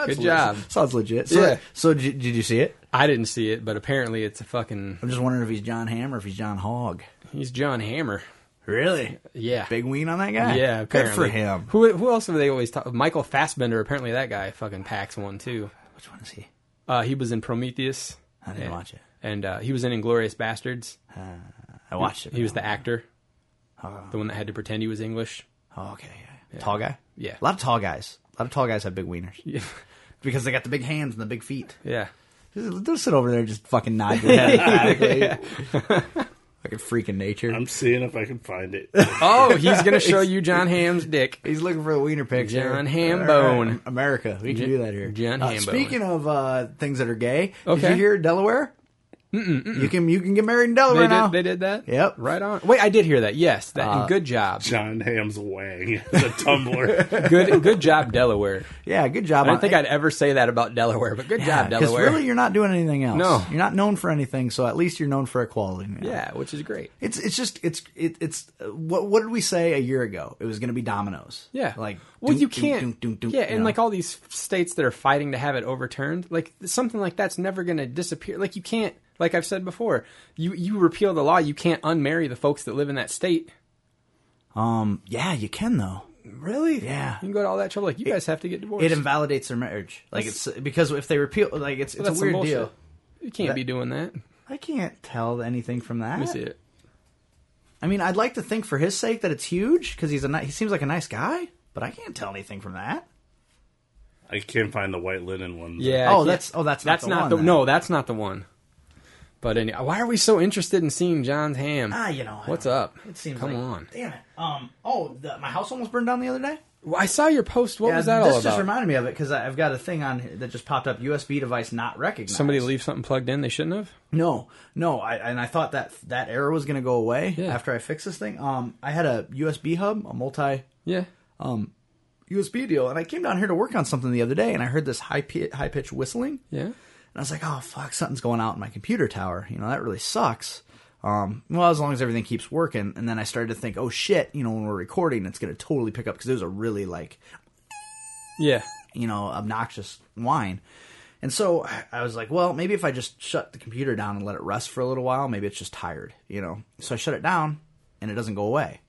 C: Good job."
B: sounds legit. So,
C: Yeah.
B: so did, you- did you see it?
C: I didn't see it, but apparently it's a fucking.
B: I'm just wondering if he's John Ham or if he's John Hogg.
C: He's John Hammer.
B: Really?
C: Yeah,
B: Big ween on that
C: (laughs)
B: guy?
C: Yeah,
B: Good for
C: apparently.
B: him.
C: Who who else have they always talk? Michael Fassbender. Apparently, that guy fucking packs one too.
B: Which one is he?
C: Uh, he was in Prometheus,
B: I
C: Yeah.
B: didn't watch it.
C: and uh, he was in Inglorious Bastards.
B: I Uh. watched it.
C: He was the actor, the one that had to pretend he was English.
B: Oh, okay. Yeah. Tall guy?
C: Yeah.
B: A lot of tall guys. A lot of tall guys have big wieners. Because they got the big hands and the big feet.
C: (laughs) Yeah,
B: Just- Don't sit over there and just fucking nod (laughs) your head emphatically. (laughs) Fucking freaking nature.
D: I'm seeing if I can
C: (laughs)
D: find it.
C: Oh, he's gonna
B: (laughs)
C: show you John Ham's dick.
B: He's looking for the wiener picture.
C: John
B: Hambone,
C: Hambone.
B: America. We can
C: J-
B: do that here.
C: John
B: Uh,
C: Hambone.
B: Speaking of uh, things that are gay, did
C: Okay.
B: you hear Delaware? You can you can get married in
C: They
B: Delaware now.
C: did, they did that.
B: Yep. Uh.
C: Right on. Wait, I did hear that. Yes, that and good
B: (laughs)
C: job.
D: John Ham's Wang, (laughs) the Tumblr.
C: Good good job, Delaware.
B: Yeah, good job.
C: I don't think I'd ever say that about Delaware, but good job,
B: Because
C: Delaware.
B: really, you're not doing anything else.
C: No.
B: you're not known for anything. So at least you're known for equality. now.
C: yeah, which is great.
B: It's it's just it's it, it's uh, what what did we say a year ago? It was going to be dominoes.
C: Yeah.
B: like
C: well,
B: dunk,
C: you
B: dunk,
C: can't.
B: dunk, dunk, dunk,
C: yeah,
B: you
C: and
B: know.
C: like all these states that are fighting to have it overturned, like something like that's never going to disappear. Like you can't. Like I've said before, you you repeal the law, you can't unmarry the folks that live in that state.
B: Um, yeah, you can though.
C: Really?
B: Yeah.
C: You can go to all that trouble. Like you guys have to get divorced.
B: It invalidates their marriage. Like it's because if they repeal, like it's it's
C: That's
B: a
C: some
B: weird
C: bullshit.
B: deal.
C: You can't
B: That-
C: be doing that.
B: I can't tell anything from that.
C: Let me see it.
B: I mean, I'd like to think for his sake that it's huge because he's a ni- he seems like a nice guy, but I can't tell anything from that.
D: I can't find the white linen one.
C: Yeah. I
B: oh,
C: can't-
B: that's oh that's not
C: that's
B: the
C: not
B: one,
C: the
B: then.
C: no. That's not the one. But any, why are we so interested in seeing John's ham?
B: Ah, you know I
C: what's
B: don't-
C: up?
B: It seems
C: Come
B: like-
C: on.
B: Damn it. Um. Oh, the, my house almost burned down the other day.
C: Well, I saw your post. What
B: yeah,
C: was that
B: this
C: all about?
B: just reminded me of it because I've got a thing on here that just popped up: USB device not recognized.
C: Somebody leave something plugged in they shouldn't have.
B: No, no, I and I thought that that error was gonna go away
C: Yeah.
B: after I fixed this thing. Um, I had a USB hub, a multi
C: Yeah.
B: USB deal, and I came down here to work on something the other day, and I heard this high pi- high pitched whistling, and
C: Yeah.
B: I was like, "Oh fuck, something's going out in my computer tower." You know, that really sucks. Um, well, as long as everything keeps working, and then I started to think, "Oh shit," you know, when we're recording, it's gonna totally pick up because there's a really like
C: Yeah.
B: you know, obnoxious whine. And so I- I was like, well, maybe if I just shut the computer down and let it rest for a little while, maybe it's just tired, you know. So I shut it down and it doesn't go away.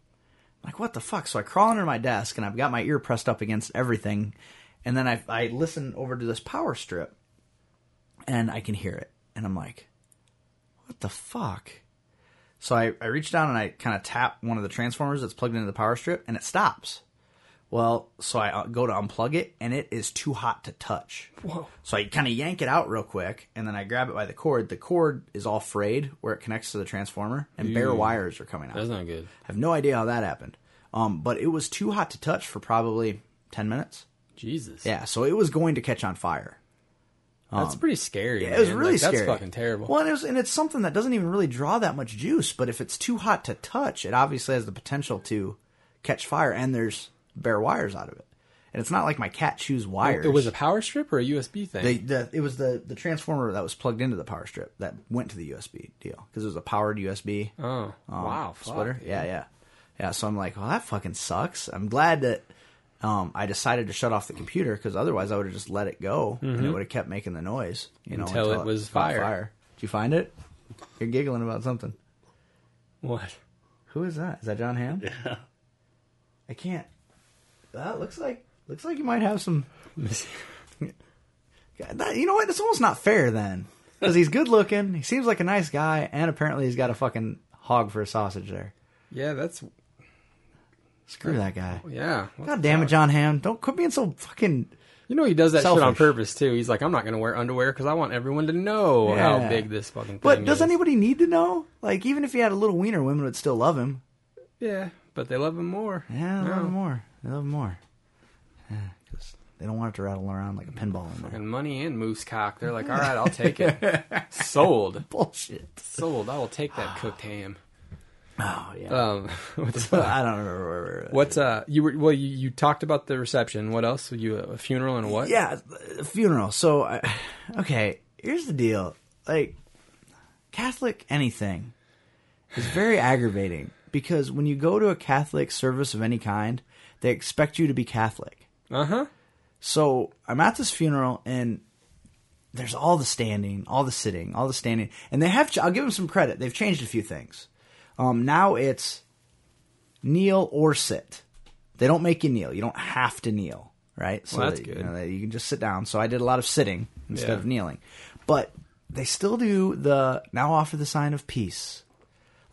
B: I'm like, what the fuck? So I crawl under my desk and I've got my ear pressed up against everything. And then I, I listen over to this power strip and I can hear it. And I'm like, what the fuck? So I, I reach down and I kind of tap one of the transformers that's plugged into the power strip and it stops. Well, so I uh, go to unplug it, and it is too hot to touch. Whoa! So I kind of yank it out real quick, and then I grab it by the cord. The cord is all frayed where it connects to the transformer, and bare wires are coming out.
C: That's not good.
B: I have no idea how that happened. Um, but it was too hot to touch for probably ten minutes.
C: Jesus.
B: Yeah, so it was going to catch on fire.
C: That's pretty scary.
B: Yeah, it was
C: man.
B: really
C: like,
B: scary.
C: That's fucking terrible.
B: Well, and, it was, and it's something that doesn't even really draw that much juice. But if it's too hot to touch, it obviously has the potential to catch fire, and there's bare wires out of it. And it's not like my cat chews wires.
C: It was a power strip or a USB thing.
B: They, the, it was the, the transformer that was plugged into the power strip that went to the USB deal because it was a powered USB
C: oh. wow. Fuck.
B: um, splitter. yeah, yeah, yeah. So I'm like, well, that fucking sucks. I'm glad that um, I decided to shut off the computer because otherwise I would have just let it go and it would have kept making the noise. You know,
C: Mm-hmm. Until it was
B: caught
C: fire.
B: Did you find it? You're giggling about something.
C: What? (laughs)
B: Who is that? Is that John Hamm? Yeah. I can't. That looks like looks like you might have some. God, that- you know what? It's almost not fair then, because he's good looking. He seems like a nice guy, and apparently he's got a fucking hog for a sausage there.
C: Yeah. That's.
B: Screw that guy.
C: Yeah.
B: God damn it, John Hamm. Don't quit being so fucking.
C: You know he does that shit on
B: Selfish.
C: purpose too. He's like, I'm not going to wear underwear because I want everyone to know
B: Yeah.
C: how big this fucking. Thing
B: But does
C: is.
B: anybody need to know? Like, even if he had a little wiener, women would still love him.
C: Yeah, but they love him more.
B: Yeah, they love
C: No.
B: him more. They love him more. Because they don't want it to rattle around like a pinball in there.
C: And money and moose cock. They're like, all right, I'll take it. Sold.
B: (laughs) Bullshit.
C: Sold. I will take that cooked ham.
B: (laughs) Oh yeah.
C: Um, (laughs) what's uh,
B: (laughs) I don't remember where we were.
C: what's uh you were well you, you talked about the reception. What else? You a funeral and a what?
B: Yeah, a funeral. So, I, okay, here's the deal. Like, Catholic anything is very aggravating because when you go to a Catholic service of any kind, they expect you to be Catholic.
C: Uh huh.
B: So I'm at this funeral and there's all the standing, all the sitting, all the standing, and they have. I'll give them some credit. They've changed a few things. Um, now it's kneel or sit. They don't make you kneel. You don't have to kneel, right? So
C: Well, that's
B: that-
C: good.
B: You, know, that you can just sit down. So I did a lot of sitting instead
C: Yeah.
B: of kneeling, but they still do the now offer the sign of peace.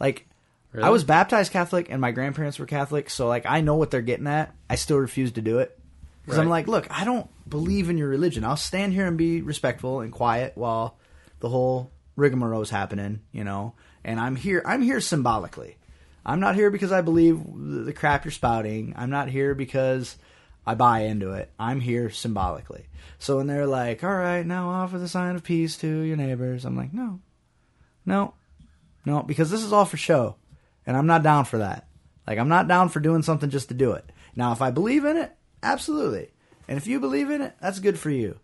B: Like I
C: Really?
B: was baptized Catholic and my grandparents were Catholic, so like I know what they're getting at. I still refuse to do it. Because I'm
C: Right.
B: like, look, I don't believe in your religion. I'll stand here and be respectful and quiet while the whole rigmarole's happening, you know. And I'm here. I'm here symbolically. I'm not here because I believe the the crap you're spouting. I'm not here because I buy into it. I'm here symbolically. So when they're like, "All right, now offer the sign of peace to your neighbors," I'm like, "No, no, no," because this is all for show, and I'm not down for that. Like, I'm not down for doing something just to do it. Now, if I believe in it, absolutely. And if you believe in it, that's good for you.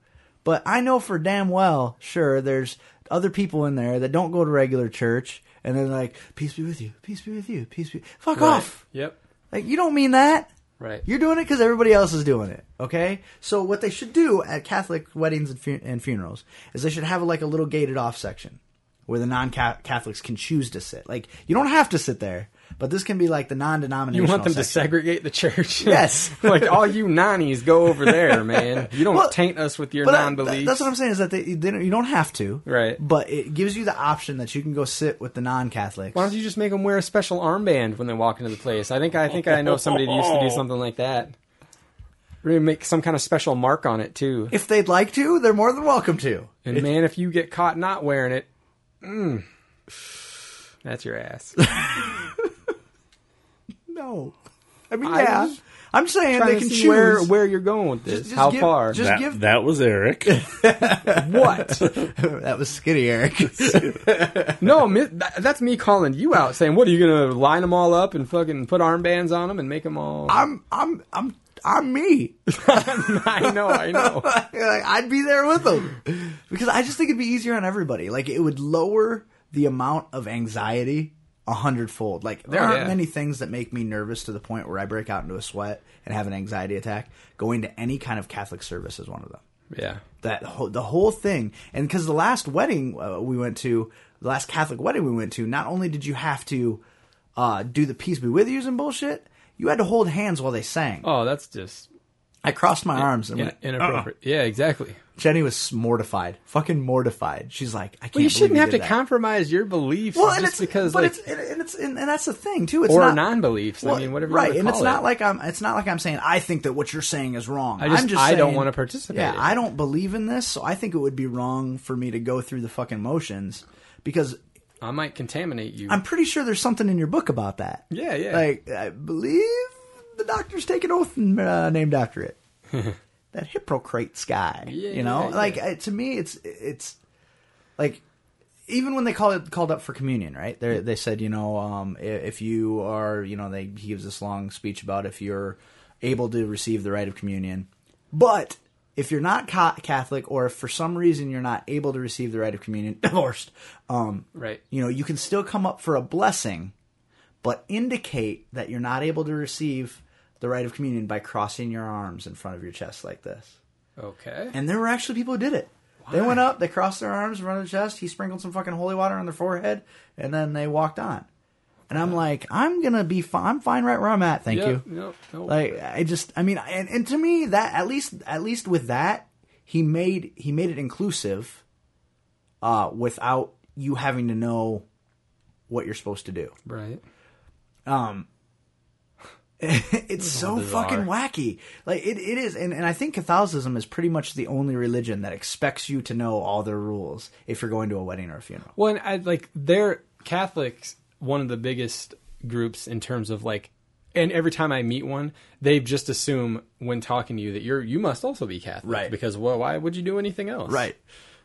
B: But I know for damn well, sure, there's other people in there that don't go to regular church, and they're like, "Peace be with you, peace be with you, peace be." Fuck off!
C: Yep.
B: Like, you don't mean that.
C: Right.
B: You're doing it because everybody else is doing it. Okay. So what they should do at Catholic weddings and, fu- and funerals is they should have like a little gated off section. where the non Catholics can choose to sit. Like, you don't have to sit there, but this can be like the non
C: You
B: denominational.
C: want them to segregate the church? (laughs)
B: Yes.
C: like all you nannies, go over there, man. You don't
B: Well,
C: taint us with your
B: But uh, that-
C: non-beliefs.
B: that's what I'm saying is that they, they don't, you don't have to,
C: Right.
B: But it gives you the option that you can go sit with the non-Catholics.
C: Why don't you just make them wear a special armband when they walk into the place? I think I think I know somebody that used
B: (laughs)
C: to do something like that. Really make some kind of special mark on it too.
B: If they'd like to, they're more than welcome to.
C: And man, if you get caught not wearing it, mm, (sighs) that's your
B: (laughs)
C: ass.
B: No, I mean,
C: I
B: yeah,
C: was
B: I'm saying
C: Trying
B: they
C: to
B: can
C: see
B: choose.
C: where where you're going with this.
B: just
C: How
B: give-
C: far?
B: just-
D: That,
B: give-
D: that was
B: (laughs)
D: Eric.
C: what?
B: that was skinny Eric.
C: (laughs) No, mi- that- that's me calling you out, saying, "What are you gonna line them all up and fucking put armbands on them and make them all?" I,
B: I'm, I'm, I'm, I'm me. (laughs)
C: know, (laughs) I know.
B: Like, I'd be there with them because I just think it'd be easier on everybody. Like it would lower the amount of anxiety a hundredfold. Like there
C: Oh,
B: aren't
C: yeah.
B: many things that make me nervous to the point where I break out into a sweat and have an anxiety attack. Going to any kind of Catholic service is one of them.
C: Yeah,
B: that ho- the whole thing and because the last wedding uh, we went to the last catholic wedding we went to not only did you have to uh, do the peace be with yous and bullshit you had to hold hands while they sang
C: Oh, that's just
B: i crossed my arms and
C: in-
B: went,
C: inappropriate. Yeah, exactly.
B: jenny was mortified fucking mortified she's like i can't
C: Well, you shouldn't
B: believe
C: have
B: did
C: to
B: that.
C: compromise your beliefs
B: well
C: just
B: and it's
C: because,
B: but
C: like,
B: it's and, and it's and, and that's the thing too it's
C: or
B: not
C: non-beliefs.
B: well,
C: I mean, whatever.
B: right
C: you
B: and
C: wanna
B: it's
C: call
B: not
C: it.
B: like i'm it's not like i'm saying i think that what you're saying is wrong
C: I just-
B: i'm just
C: I don't
B: saying-
C: wanna participate
B: yeah
C: in it.
B: i don't believe in this so i think it would be wrong for me to go through the fucking motions because
C: I might contaminate you.
B: I'm pretty sure there's something in your book about that.
C: Yeah, yeah.
B: Like, I believe the doctors take an oath uh, named after
C: (laughs)
B: it. that Hippocrates guy.
C: Yeah,
B: you know,
C: yeah, yeah.
B: like uh, to me, it's it's like even when they call it called up for communion, right? They they said, you know, um, i- if you are, you know, they he gives this long speech about if you're able to receive the rite of communion, but if you're not ca- Catholic, or if for some reason you're not able to receive the rite of communion, (laughs) divorced, um,
C: right.
B: you know, you can still come up for a blessing, but indicate that you're not able to receive the rite of communion by crossing your arms in front of your chest like this.
C: Okay.
B: And there were actually people who did it. They went up, they crossed their arms in front of their chest, he sprinkled some fucking holy water on their forehead, and then they walked on. And I'm like, I'm gonna be fine. I'm fine right where I'm at. Thank you.
C: Yep, Nope, nope.
B: Like I just, I mean, and, and to me that at least at least with that he made he made it inclusive, uh, without you having to know what you're supposed to do.
C: right.
B: Um, (laughs) It's so
C: bizarre.
B: fucking wacky. Like it, it is, and, and I think Catholicism is pretty much the only religion that expects you to know all their rules if you're going to a wedding or a funeral.
C: Well, and I like they're Catholics, one of the biggest groups in terms of like, and every time I meet one, they just assume when talking to you that you're you must also be Catholic,
B: Right.
C: Because well, why would you do anything else,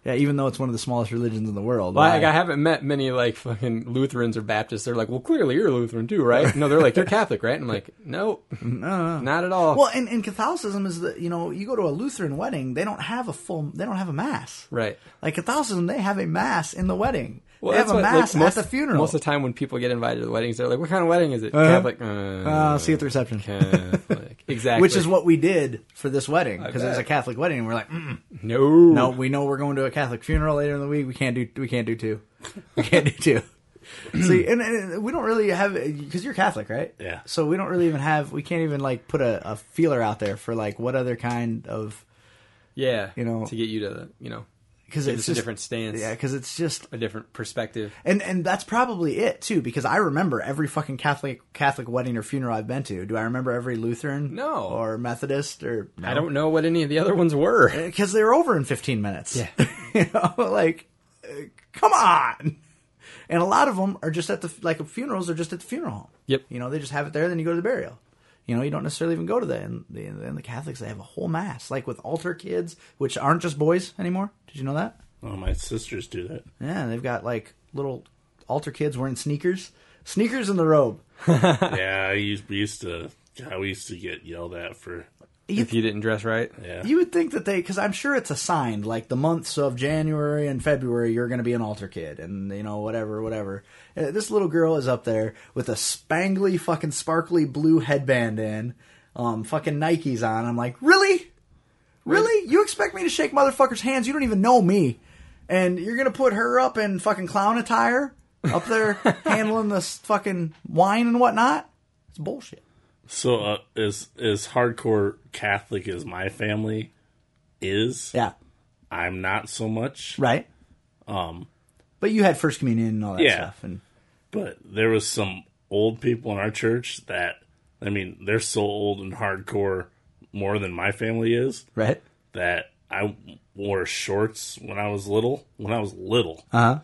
B: Yeah, even though it's one of the smallest religions in the world.
C: Well,
B: why-
C: Like I haven't met many like fucking Lutherans or Baptists. They're like, well, clearly you're a Lutheran too, right? No, they're like you're Catholic, right? And I'm like, no, not at all.
B: Well, and, and Catholicism is that you know you go to a Lutheran wedding, they don't have a full, they don't have a mass.
C: Right.
B: Like Catholicism, they have a mass in the wedding.
C: Well,
B: they have
C: that's
B: a
C: what,
B: mass
C: like, most,
B: at the funeral. Uh-huh.
C: Most of the time, when people get invited to the weddings, they're like, "What kind of wedding is it?" Catholic. Uh,
B: uh, see you at the reception, (laughs)
C: Catholic. Exactly.
B: which is what we did for this wedding because it was a
C: bet.
B: Catholic wedding, and we're like, Mm-mm,
C: No.
B: no, we know we're going to a Catholic funeral later in the week. We can't do, we can't do two, we can't do two. (laughs) See, and, and we don't really have because you're Catholic, right?
D: Yeah.
B: So we don't really even have, we can't even like put a, a feeler out there for like what other kind of
C: Yeah.
B: You know-
C: to get you to you know
B: because
C: Give
B: it's
C: us a
B: just,
C: different stance.
B: Yeah, because it's just
C: a different perspective.
B: and and that's probably it too because i remember every fucking catholic catholic wedding or funeral i've been to do i remember every lutheran
C: No.
B: or methodist or
C: I don't know what any of the other ones
B: (laughs)
C: were.
B: because they're over in 15 minutes
C: Yeah.
B: (laughs) you know like uh, come on and a lot of them are just at the like funerals are just at the funeral home
C: Yep.
B: you know they just have it there then you go to the burial you know you don't necessarily even go to the and the, and the catholics they have a whole mass like with altar kids which aren't just boys anymore did you know that
D: Oh, my sisters do that.
C: (laughs)
B: yeah they've got like little altar kids wearing sneakers sneakers in the robe
D: Yeah, I used, we used to. God, we used to get yelled at for.
C: If you didn't dress right,
D: Yeah,
B: You would think that they, because I'm sure it's assigned, like the months of January and February, you're going to be an altar kid, and you know whatever, whatever. Uh, This little girl is up there with a spangly, fucking sparkly blue headband in, um, fucking Nikes on. I'm like, really, really? You expect me to shake motherfuckers' hands? You don't even know me. and you're gonna put her up in fucking clown attire up there handling this fucking wine and whatnot. It's bullshit.
D: So uh, as as hardcore Catholic as my family is,
B: Yeah,
D: I'm not so much.
B: right.
D: Um,
B: But you had first communion and all that
D: Yeah.
B: stuff, and
D: but there was some old people in our church that I mean, they're so old and hardcore more than my family is
B: right. (laughs)
D: that I wore shorts when I was little. When I was little,
B: Uh huh.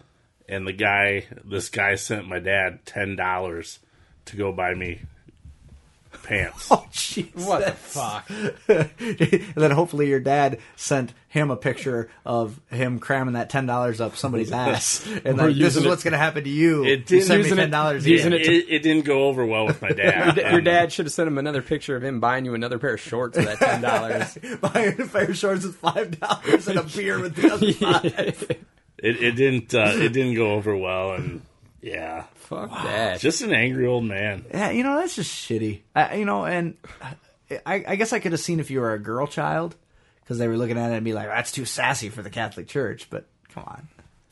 D: and the guy, this guy sent my dad ten dollars to go buy me pants.
B: Oh jeez.
C: What the fuck?
B: (laughs) and then hopefully your dad sent him a picture of him cramming that ten dollars
C: (laughs)
B: up somebody's ass, and
C: Or
B: like, this
C: using
B: is
C: it-
B: what's going to happen to you.
D: It
B: you
D: did-
B: send me
C: using it-
B: ten dollars.
C: using
D: it,
C: it to-
D: it- it didn't go over well with my
B: (laughs)
D: dad.
C: Your dad should have sent him another picture of him buying you another pair of shorts for that ten
B: (laughs)
C: dollars.
B: Buying a pair of shorts with five dollars and a beer with
C: (laughs)
B: the other five.
D: It, it didn't. Uh, it didn't go over well, and yeah,
C: Fuck that.
D: just an angry old man.
B: Yeah, you know that's just shitty. I, you know, and I, I guess I could have seen if you were a girl child because they were looking at it and be like, "That's too sassy for the Catholic Church." But come on,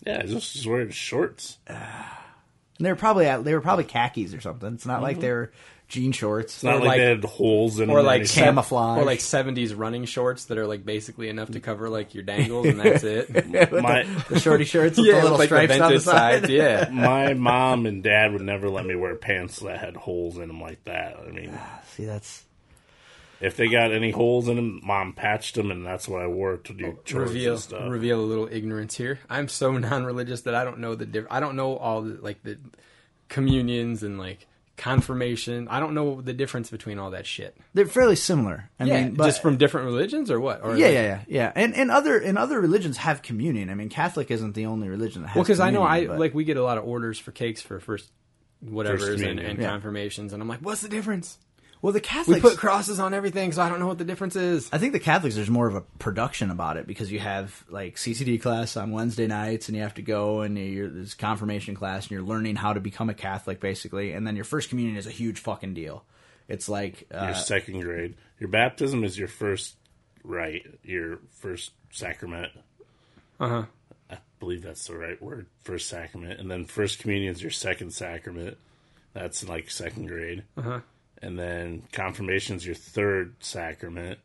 D: Yeah, just, just wearing shorts. It's
B: and they were probably they were probably khakis or something. It's not
C: Mm-hmm.
B: like they were jean shorts.
D: not
C: Or
D: like,
C: like-
D: they had holes in
C: or
D: them.
C: like
D: anything.
B: camouflage.
C: or like seventies running shorts that are like basically enough to cover like your dangles and
B: (laughs)
C: that's it. (laughs)
D: my
B: the shorty shirts with the little
C: with, like,
B: stripes on the
C: vented
B: side. (laughs)
C: sides, (laughs) Yeah,
D: my mom and dad would never let me wear pants that had holes in them like that. I mean,
B: See, that's
D: if they got any holes in them, mom patched them, and that's what I wore to do chores
C: reveal
D: and stuff.
C: reveal a little ignorance here. I'm so (laughs) non-religious that I don't know the diff- I don't know all the, like the communions and like confirmation. I don't know the difference between all that shit.
B: they're fairly similar. I
C: yeah,
B: mean, but,
C: just from different religions or what? Or
B: yeah,
C: like-
B: yeah, yeah, yeah. And and other and other religions have communion. I mean, Catholic isn't the only religion that has.
C: Well, because I know I
B: communion, but-
C: like we get a lot of orders for cakes for first whatever's and,
D: communion.
C: and
B: Yeah.
C: confirmations, and I'm like, what's the difference?
B: Well, the
C: We
B: Catholics.
C: put crosses on everything, so I don't know what the difference is.
B: I think the Catholics there's more of a production about it because you have like CCD class on Wednesday nights, and you have to go and you're, there's confirmation class, and you're learning how to become a Catholic basically, and then your first communion is a huge fucking deal. It's like uh,
D: your second grade, your baptism is your first right, your first sacrament.
C: Uh huh.
D: believe that's the right word first sacrament and then first communion is your second sacrament that's in, like second grade uh-huh. and then confirmation is your third sacrament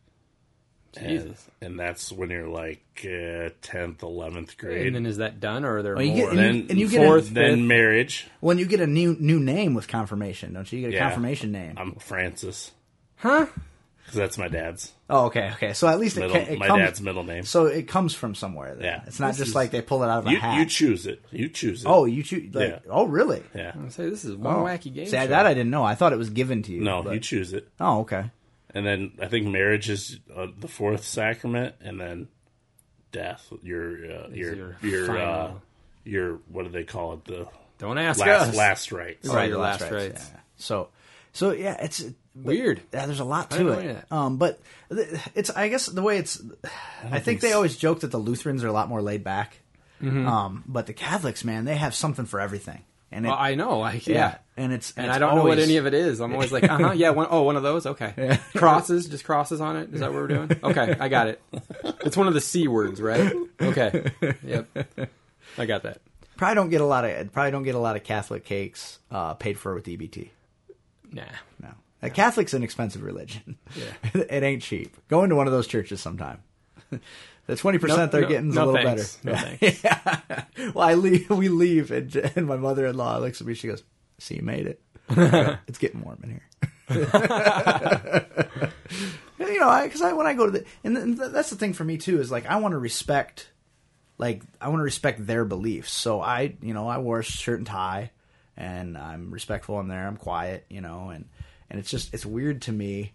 C: Jesus.
D: And, and that's when you're like uh, 10th 11th grade
C: And then is that done, or are there
B: Well, you
C: more?
B: get-
D: then
B: and you get
C: a-
D: then
C: fifth.
D: marriage
B: when you get a new new name with confirmation, don't you? You get a
D: Yeah.
B: confirmation name.
D: i'm francis
C: huh?
D: because that's my dad's
B: Oh, okay, okay. So at least it,
D: middle,
B: ca- it
D: my
B: comes.
D: dad's middle name
B: So it comes from somewhere. Then.
D: Yeah.
B: it's not
D: This
B: just
D: is-
B: like they pull it out of a
D: you,
B: hat.
D: you choose it you choose it
B: oh, you choose. Like,
D: Yeah.
B: Oh, really?
D: yeah
C: I say this is one
B: Oh.
C: wacky game.
B: See,
C: show.
B: that I didn't know. I thought it was given to you.
D: no
B: but-
D: you choose it
B: Oh, okay.
D: And then I think marriage is uh, the fourth sacrament, and then death. Your uh, your your
C: your
D: your, uh,
C: final.
D: your what do they call it? The
C: Don't ask
D: last
C: us.
D: last rites.
C: All
B: Right,
C: your
B: your
C: last
B: rites,
C: rites.
B: yeah, yeah. So, so yeah, it's but-
C: Weird.
B: Yeah, there's a lot
C: didn't
B: to
C: know
B: it.
C: that.
B: Um, but th- it's I guess the way it's. I, think they
D: s-
B: always joke that the Lutherans are a lot more laid back.
C: Mm-hmm.
B: Um, but the Catholics, man, they have something for everything. And it,
C: Well, Oh, I know. I, yeah.
B: yeah. and it's
C: And I don't know what any of it is. I'm always like, uh huh, yeah, one, oh, one of those? Okay. Crosses, just crosses on it? Is that what we're doing? Okay, I got it. It's one of the C words, right? Okay. Yep. I got that.
B: Probably don't get a lot of probably don't get a lot of Catholic cakes uh, paid for with EBT.
C: Nah.
B: No, a Catholic's an expensive religion.
C: Yeah.
B: (laughs) it ain't cheap. Go into one of those churches sometime. (laughs) The twenty percent they're
C: no-
B: getting's
C: no
B: a little
C: thanks.
B: better.
C: No
B: (laughs) Yeah. Yeah. Well, I leave. We leave, and, and my mother-in-law looks at me. She goes, "See, you made it.
C: (laughs)
B: it's getting warm in here." (laughs) you know, because I, when I go to the and th- th- that's the thing for me too is like I want to respect, like I want to respect their beliefs. So I, you know, I wore a shirt and tie, and I'm respectful in there. I'm quiet, you know, and and it's just it's weird to me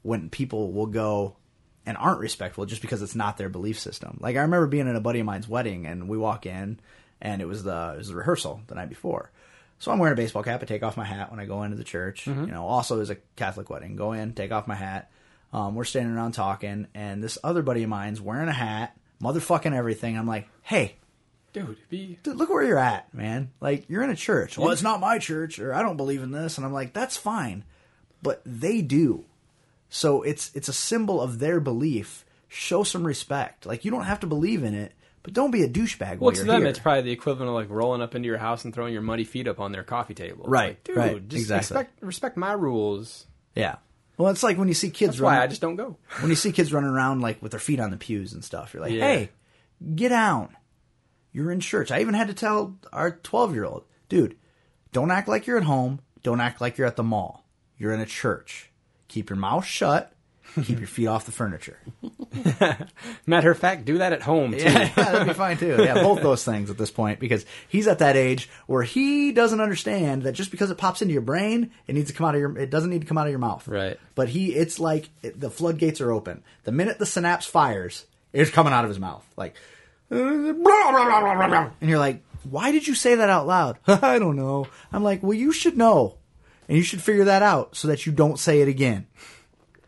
B: when people will go and aren't respectful just because it's not their belief system. Like I remember being at a buddy of mine's wedding, and we walk in, and it was the it was the rehearsal the night before. So I'm wearing a baseball cap. I take off my hat when I go into the church. You know, also is a Catholic wedding. Go in, take off my hat. Um, we're standing around talking, and this other buddy of mine's wearing a hat, motherfucking everything. I'm like, hey,
C: Dude, be.
B: dude, look where you're at, man. Like you're in a church. Well, it's not my church, or I don't believe in this. And I'm like, that's fine, but they do. So it's it's a symbol of their belief. Show some respect. Like you don't have to believe in it, But don't be a douchebag while
C: Well, to
B: you're
C: them,
B: here.
C: it's probably the equivalent of like rolling up into your house and throwing your muddy feet up on their coffee table. It's
B: Right,
C: like, dude,
B: right,
C: just
B: exactly.
C: respect respect my rules.
B: yeah. Well, it's like when you see kids
C: That's why I
B: running,
C: just don't go.
B: when you see kids running around like with their feet on the pews and stuff. You're like,
C: Yeah.
B: hey, get down. You're in church. I even had to tell our 12 year old, dude, don't act like you're at home. Don't act like you're at the mall. You're in a church. Keep your mouth shut. Keep your feet off the furniture.
C: (laughs) Matter of fact, do that at home too.
B: (laughs) yeah, that'd be fine too. Yeah, both those things at this point because he's at that age where he doesn't understand that just because it pops into your brain, it needs to come out of your. It doesn't need to come out of your mouth.
C: Right.
B: But he, it's like it, the floodgates are open. The minute the synapse fires, it's coming out of his mouth. Like, and you're like, why did you say that out loud? (laughs) I don't know. I'm like, well, you should know, and you should figure that out so that you don't say it again.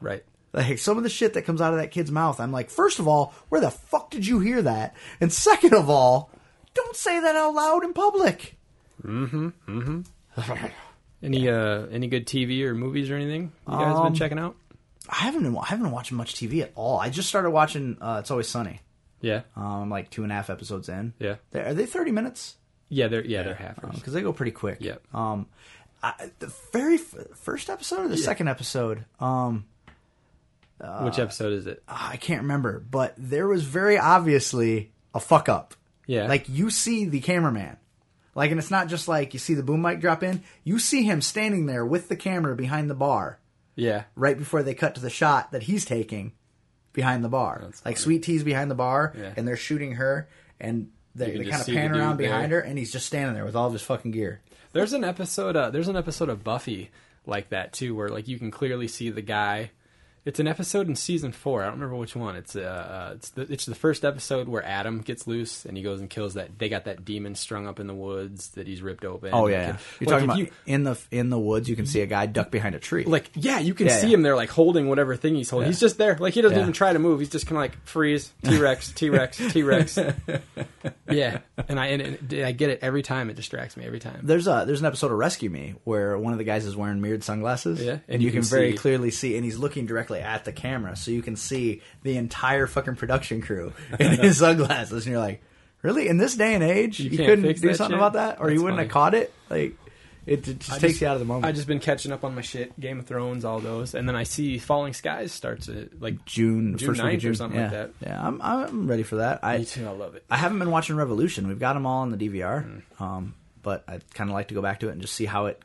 C: Right.
B: Like some of the shit that comes out of that kid's mouth, I'm like, first of all, where the fuck did you hear that? And second of all, don't say that out loud in public.
C: Any uh any good TV or movies or anything you guys been checking out?
B: I haven't been, I haven't been watching much TV at all. I just started watching uh, It's Always Sunny.
C: Yeah.
B: Um, I'm like two and a half episodes in.
C: Yeah.
B: They- are they 30 minutes?
C: Yeah, they're yeah, Um, they're halfers.
B: Because they go pretty quick.
C: Yeah.
B: Um, I, the very f- first episode or the second episode, um, Uh,
C: Which episode is it?
B: I can't remember, but there was very obviously a fuck up.
C: Yeah.
B: Like you see the cameraman. Like and it's not just like you see the boom mic drop in, you see him standing there with the camera behind the bar
C: Yeah.
B: right before they cut to the shot that he's taking behind the bar. like Sweet Tea's behind the bar
C: Yeah.
B: and they're shooting her and they,
C: can
B: they
C: just
B: kind of
C: see the
B: pan around
C: dude
B: behind
C: there.
B: her and he's just standing there with all of his fucking gear.
C: There's an episode. Uh, there's an episode of Buffy like that too, where like you can clearly see the guy. It's an episode in season four. I don't remember which one. It's uh, uh it's the it's the first episode where Adam gets loose and he goes and kills that. They got that demon strung up in the woods that he's ripped open. Like,
B: Oh, You're
C: like,
B: talking
C: if
B: about
C: you-
B: in the in the woods you can see a guy duck behind a tree.
C: like yeah, you can
B: Yeah,
C: see
B: yeah.
C: him there, like holding whatever thing he's holding. He's just there, like he doesn't
B: Yeah.
C: even try to move. He's just kind of like freeze, T Rex, T Rex, T
B: (laughs)
C: Rex. Yeah, and I and, and I get it every time. It distracts me every time.
B: there's a there's an episode of Rescue Me where one of the guys is wearing mirrored sunglasses.
C: Yeah,
B: and, you, can, very clearly see, and he's looking directly at the camera, so you can see the entire fucking production crew (laughs) in his sunglasses, and you're like, really? In this day and age, you,
C: can't
B: couldn't
C: fix
B: do
C: that
B: something
C: shit?
B: about that, or you
C: That's
B: wouldn't
C: funny.
B: have caught it. Like, it, it just
C: I
B: takes
C: just-
B: you out of the moment.
C: I just been catching up on my shit, Game of Thrones, all those, and then I see Falling Skies starts at like
B: June,
C: June
B: first week
C: 9th
B: of June
C: or something
B: yeah.
C: like that.
B: Yeah, I'm I'm ready for that. I
C: Me too, I love it.
B: I haven't been watching Revolution. We've got them all on the DVR, um, but I'd kind of like to go back to it and just see how it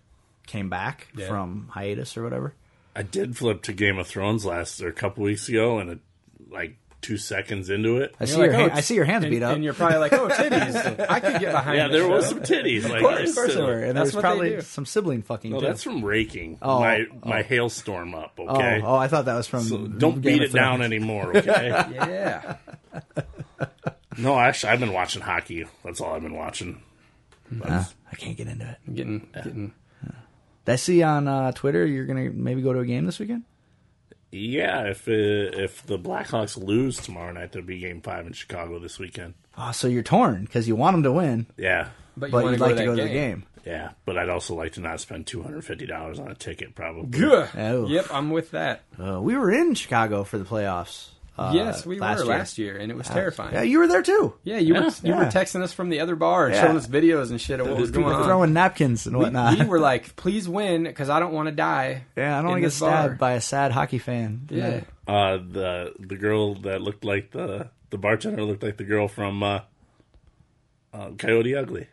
B: came back
C: Yeah.
B: from hiatus or whatever.
D: I did flip to Game of Thrones last or a couple weeks ago, and it, like two seconds into it,
B: I see
C: You're
B: your
C: like,
B: hand,
C: oh,
B: I see your hands
C: and,
B: beat up.
C: and you're probably like, oh,
B: (laughs)
C: titties! I could get behind.
D: yeah,
C: this
D: there was
C: show.
D: some titties. Like,
B: course,
D: yes,
B: of course
D: too.
B: they were. And
C: That's
B: there
C: what
B: was
C: they
B: probably
C: do.
B: some sibling fucking.
D: No,
B: too.
D: that's from raking
B: Oh,
D: my my hailstorm up.
B: oh,
D: Okay,
B: oh, I thought that was from.
D: So don't
B: Game
D: beat
B: of
D: it down
B: Thrones. (laughs)
D: anymore. Okay.
C: Yeah,
D: no, actually, I've been watching hockey. That's all I've been watching.
B: Uh, I can't get into it.
C: getting getting.
B: I see on uh, Twitter you're gonna maybe go to a game this weekend.
D: Yeah, if uh, if the Blackhawks lose tomorrow night, there'll be Game Five in Chicago this weekend.
B: Oh, so you're torn because you want them to win,
D: Yeah,
C: But you
B: but
C: wanna
B: you'd like to
C: that
B: go to the game.
D: yeah, but I'd also like to not spend two hundred fifty dollars on a ticket. Probably.
C: Gah.
B: Oh.
C: Yep, I'm with that.
B: Uh, we were in Chicago for the playoffs. Uh, Ah,
C: yes, we were last year, and it was terrifying.
B: Yeah, you were there too.
C: Yeah, you were you were
B: Yeah.
C: texting us from the other bar, and
B: Yeah.
C: showing us videos and shit of what was
B: People
C: going on.
B: throwing napkins and
C: We-
B: whatnot.
C: we were like, please win, because I don't want to die.
B: (laughs) yeah, I
C: in
B: don't want to get
C: this bar.
B: stabbed by a sad hockey fan.
C: Yeah.
D: Uh, the the girl that looked like the the bartender looked like the girl from uh, uh, Coyote Ugly.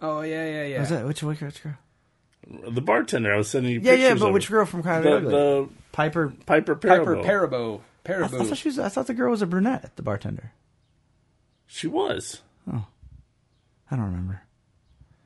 C: Oh yeah, yeah, yeah.
B: Was that which, which, which girl?
D: The bartender. I was sending you.
B: Yeah, yeah,
D: pictures
B: but
D: of
B: which
D: her.
B: girl from Coyote
D: The,
B: Ugly?
D: the
B: Piper.
D: Piper
C: Piper
D: Perabo.
C: Parabo.
B: I
C: Parabo.
B: thought she was. I thought the girl was a brunette. The bartender.
D: she was.
B: I don't remember.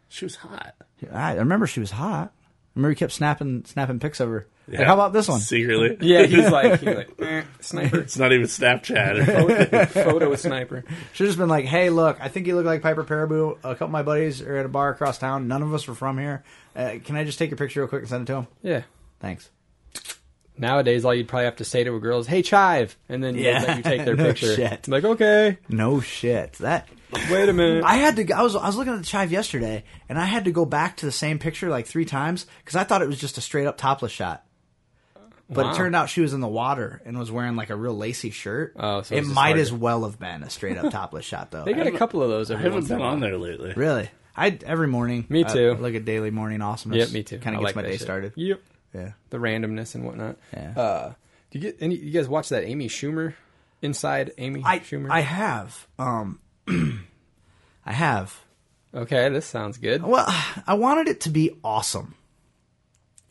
D: She was hot.
B: I I remember she was hot. I remember he kept snapping snapping pics of her.
D: Yeah.
B: Like, how about this one? (laughs)
D: Secretly.
C: Yeah, he's like, he's like (laughs) eh, sniper,
D: It's (laughs) not even
B: (laughs) Oh,
D: Snapchat.
C: photo sniper.
B: Should just been like, "Hey, look, I think you look like Piper Perabo. A couple of my buddies are at a bar across town. None of us are from here. Uh, can I just take your picture real quick and send it to him?
C: Yeah.
B: Thanks."
C: Nowadays, all you'd probably have to say to a girl is, "Hey, chive," and then
B: Yeah.
C: yeah. you take their
B: (laughs) No
C: picture.
B: shit.
C: It's like, okay,
B: No shit. That
C: wait a minute.
B: (laughs) I had to. go- I was I was looking at the chive yesterday, and I had to go back to the same picture like three times because I thought it was just a straight up topless shot. But
C: Wow.
B: it turned out she was in the water and was wearing like a real lacy shirt.
C: Oh, so it
B: it
C: was just
B: might
C: hard
B: as
C: to-
B: well have been a
C: (laughs)
B: straight up topless shot though.
C: They get a couple of those
D: I
C: every
D: haven't
C: once in
D: been
C: a while.
D: on there lately.
B: really, I every morning.
C: Me
B: I
C: too.
B: look at daily morning awesomeness.
C: Yep, me too.
B: Kind
C: I
B: of
C: like
B: gets my
C: that
B: day
C: shit.
B: started.
C: Yep.
B: Yeah.
C: The randomness and whatnot.
B: Yeah.
C: Uh, do you get any? You guys watch that Amy Schumer inside Amy
B: I
C: Schumer?
B: I have um, (clears throat) I have.
C: okay, this sounds good.
B: Well, I wanted it to be awesome,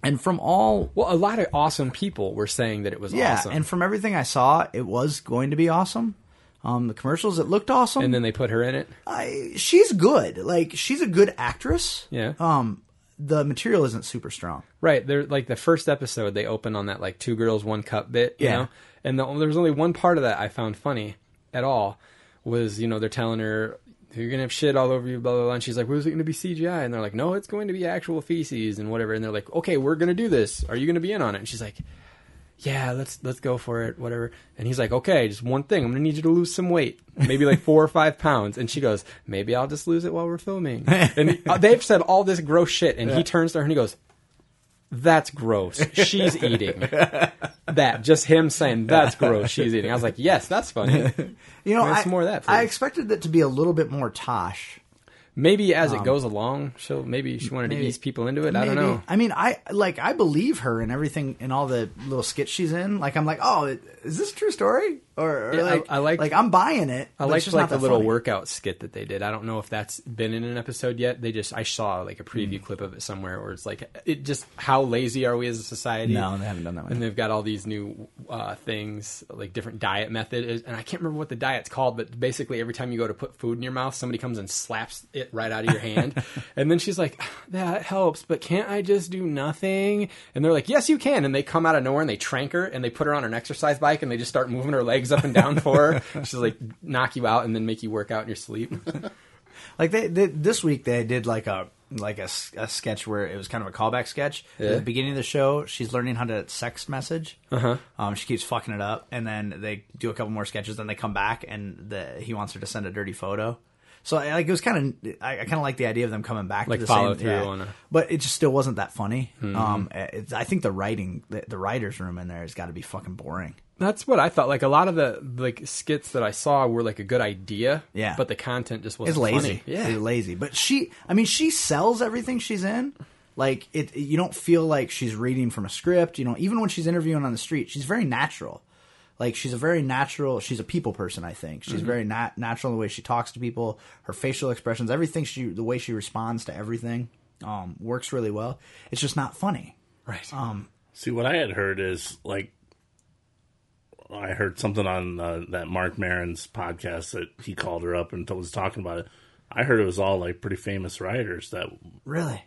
B: and from all
C: Well, a lot of awesome people were saying that it was
B: yeah,
C: awesome,
B: and from everything I saw, it was going to be awesome. Um, the commercials, it looked awesome.
C: and then they put her in it.
B: I, she's good. Like she's a good actress.
C: Yeah.
B: Um, the material isn't super strong.
C: Right. They're like the first episode they open on that like two girls one cup bit, you
B: Yeah.
C: know. And the, there's only one part of that I found funny at all was you know they're telling her you're gonna have shit all over you, blah blah blah. And she's like, "Was it gonna be CGI?" And they're like, "No, it's going to be actual feces and whatever." And they're like, "Okay, we're gonna do this. Are you gonna be in on it?" And she's like, "Yeah, let's let's go for it, whatever." And he's like, "Okay, just one thing. I'm gonna need you to lose some weight, maybe like four or five pounds." And she goes, "Maybe I'll just lose it while we're filming." And he- uh, they've said all this gross shit, and he turns to her and he goes, that's gross.
B: (laughs)
C: She's eating. that just him saying that's gross. She's eating. I was like, yes, that's funny.
B: You know,
C: Well, it's
B: I,
C: more of that for
B: I
C: you.
B: expected it to be a little bit more Tosh.
C: Maybe as it goes along, she'll maybe she wanted
B: Um, Maybe.
C: to ease people into it. I don't
B: Maybe.
C: know.
B: I mean, I like I believe her in everything in all the little skits she's in. Like I'm like, oh, it- is this a true story? Or, or
C: Yeah, I-
B: like
C: I liked-
B: like I'm buying it.
C: I
B: but
C: liked
B: it's just
C: like
B: not
C: the
B: that
C: little
B: funny.
C: workout skit that they did. I don't know if that's been in an episode yet. They just I saw like a preview
B: Hmm.
C: clip of it somewhere, where it's like it just how lazy are we as a society?
B: No, they haven't done that one
C: And
B: yet.
C: they've got all these new uh, things like different diet methods, and I can't remember what the diet's called, but basically every time you go to put food in your mouth, somebody comes and slaps it right out of your
B: (laughs)
C: hand, and then she's like, "Ah, "That helps, but can't I just do nothing?" And they're like, "Yes, you can." And they come out of nowhere and they trank her and they put her on an exercise bike and they just start moving her legs up and down for
B: (laughs)
C: her. She's like, knock you out and then make you work out in your sleep.
B: Like they, they this week they did like a like a, s- a sketch where it was kind of a callback sketch. At
C: Yeah.
B: the beginning of the show, she's learning how to sex message. Uh-huh. Um, she keeps fucking it up, and then they do a couple more sketches. Then they come back, and the, he wants her to send a dirty photo. So I, like it was kind of I, I kind of like the idea of them coming back
C: Like
B: to the
C: follow
B: same,
C: through
B: yeah.
C: on a- Mm-hmm.
B: but it just still wasn't that funny. Um, it's, I think the writing, the, the writers' room in there has got to be fucking boring.
C: That's what I thought. Like a lot of the like skits that I saw were like a good idea,
B: Yeah.
C: but the content just wasn't
B: It's lazy.
C: funny. Yeah,
B: It's lazy. But she, I mean, she sells everything she's in. Like it, you don't feel like she's reading from a script. You know, even when she's interviewing on the street, she's very natural. Like she's a very natural. She's a people person. I think she's
C: Mm-hmm.
B: very nat- natural in the way she talks to people. Her facial expressions, everything she, the way she responds to everything, um, works really well. It's just not funny.
C: right.
D: See, what I had heard is like I heard something on uh, that Mark Marin's podcast that he called her up and t- was talking about it. I heard it was all like pretty famous writers that
B: Really.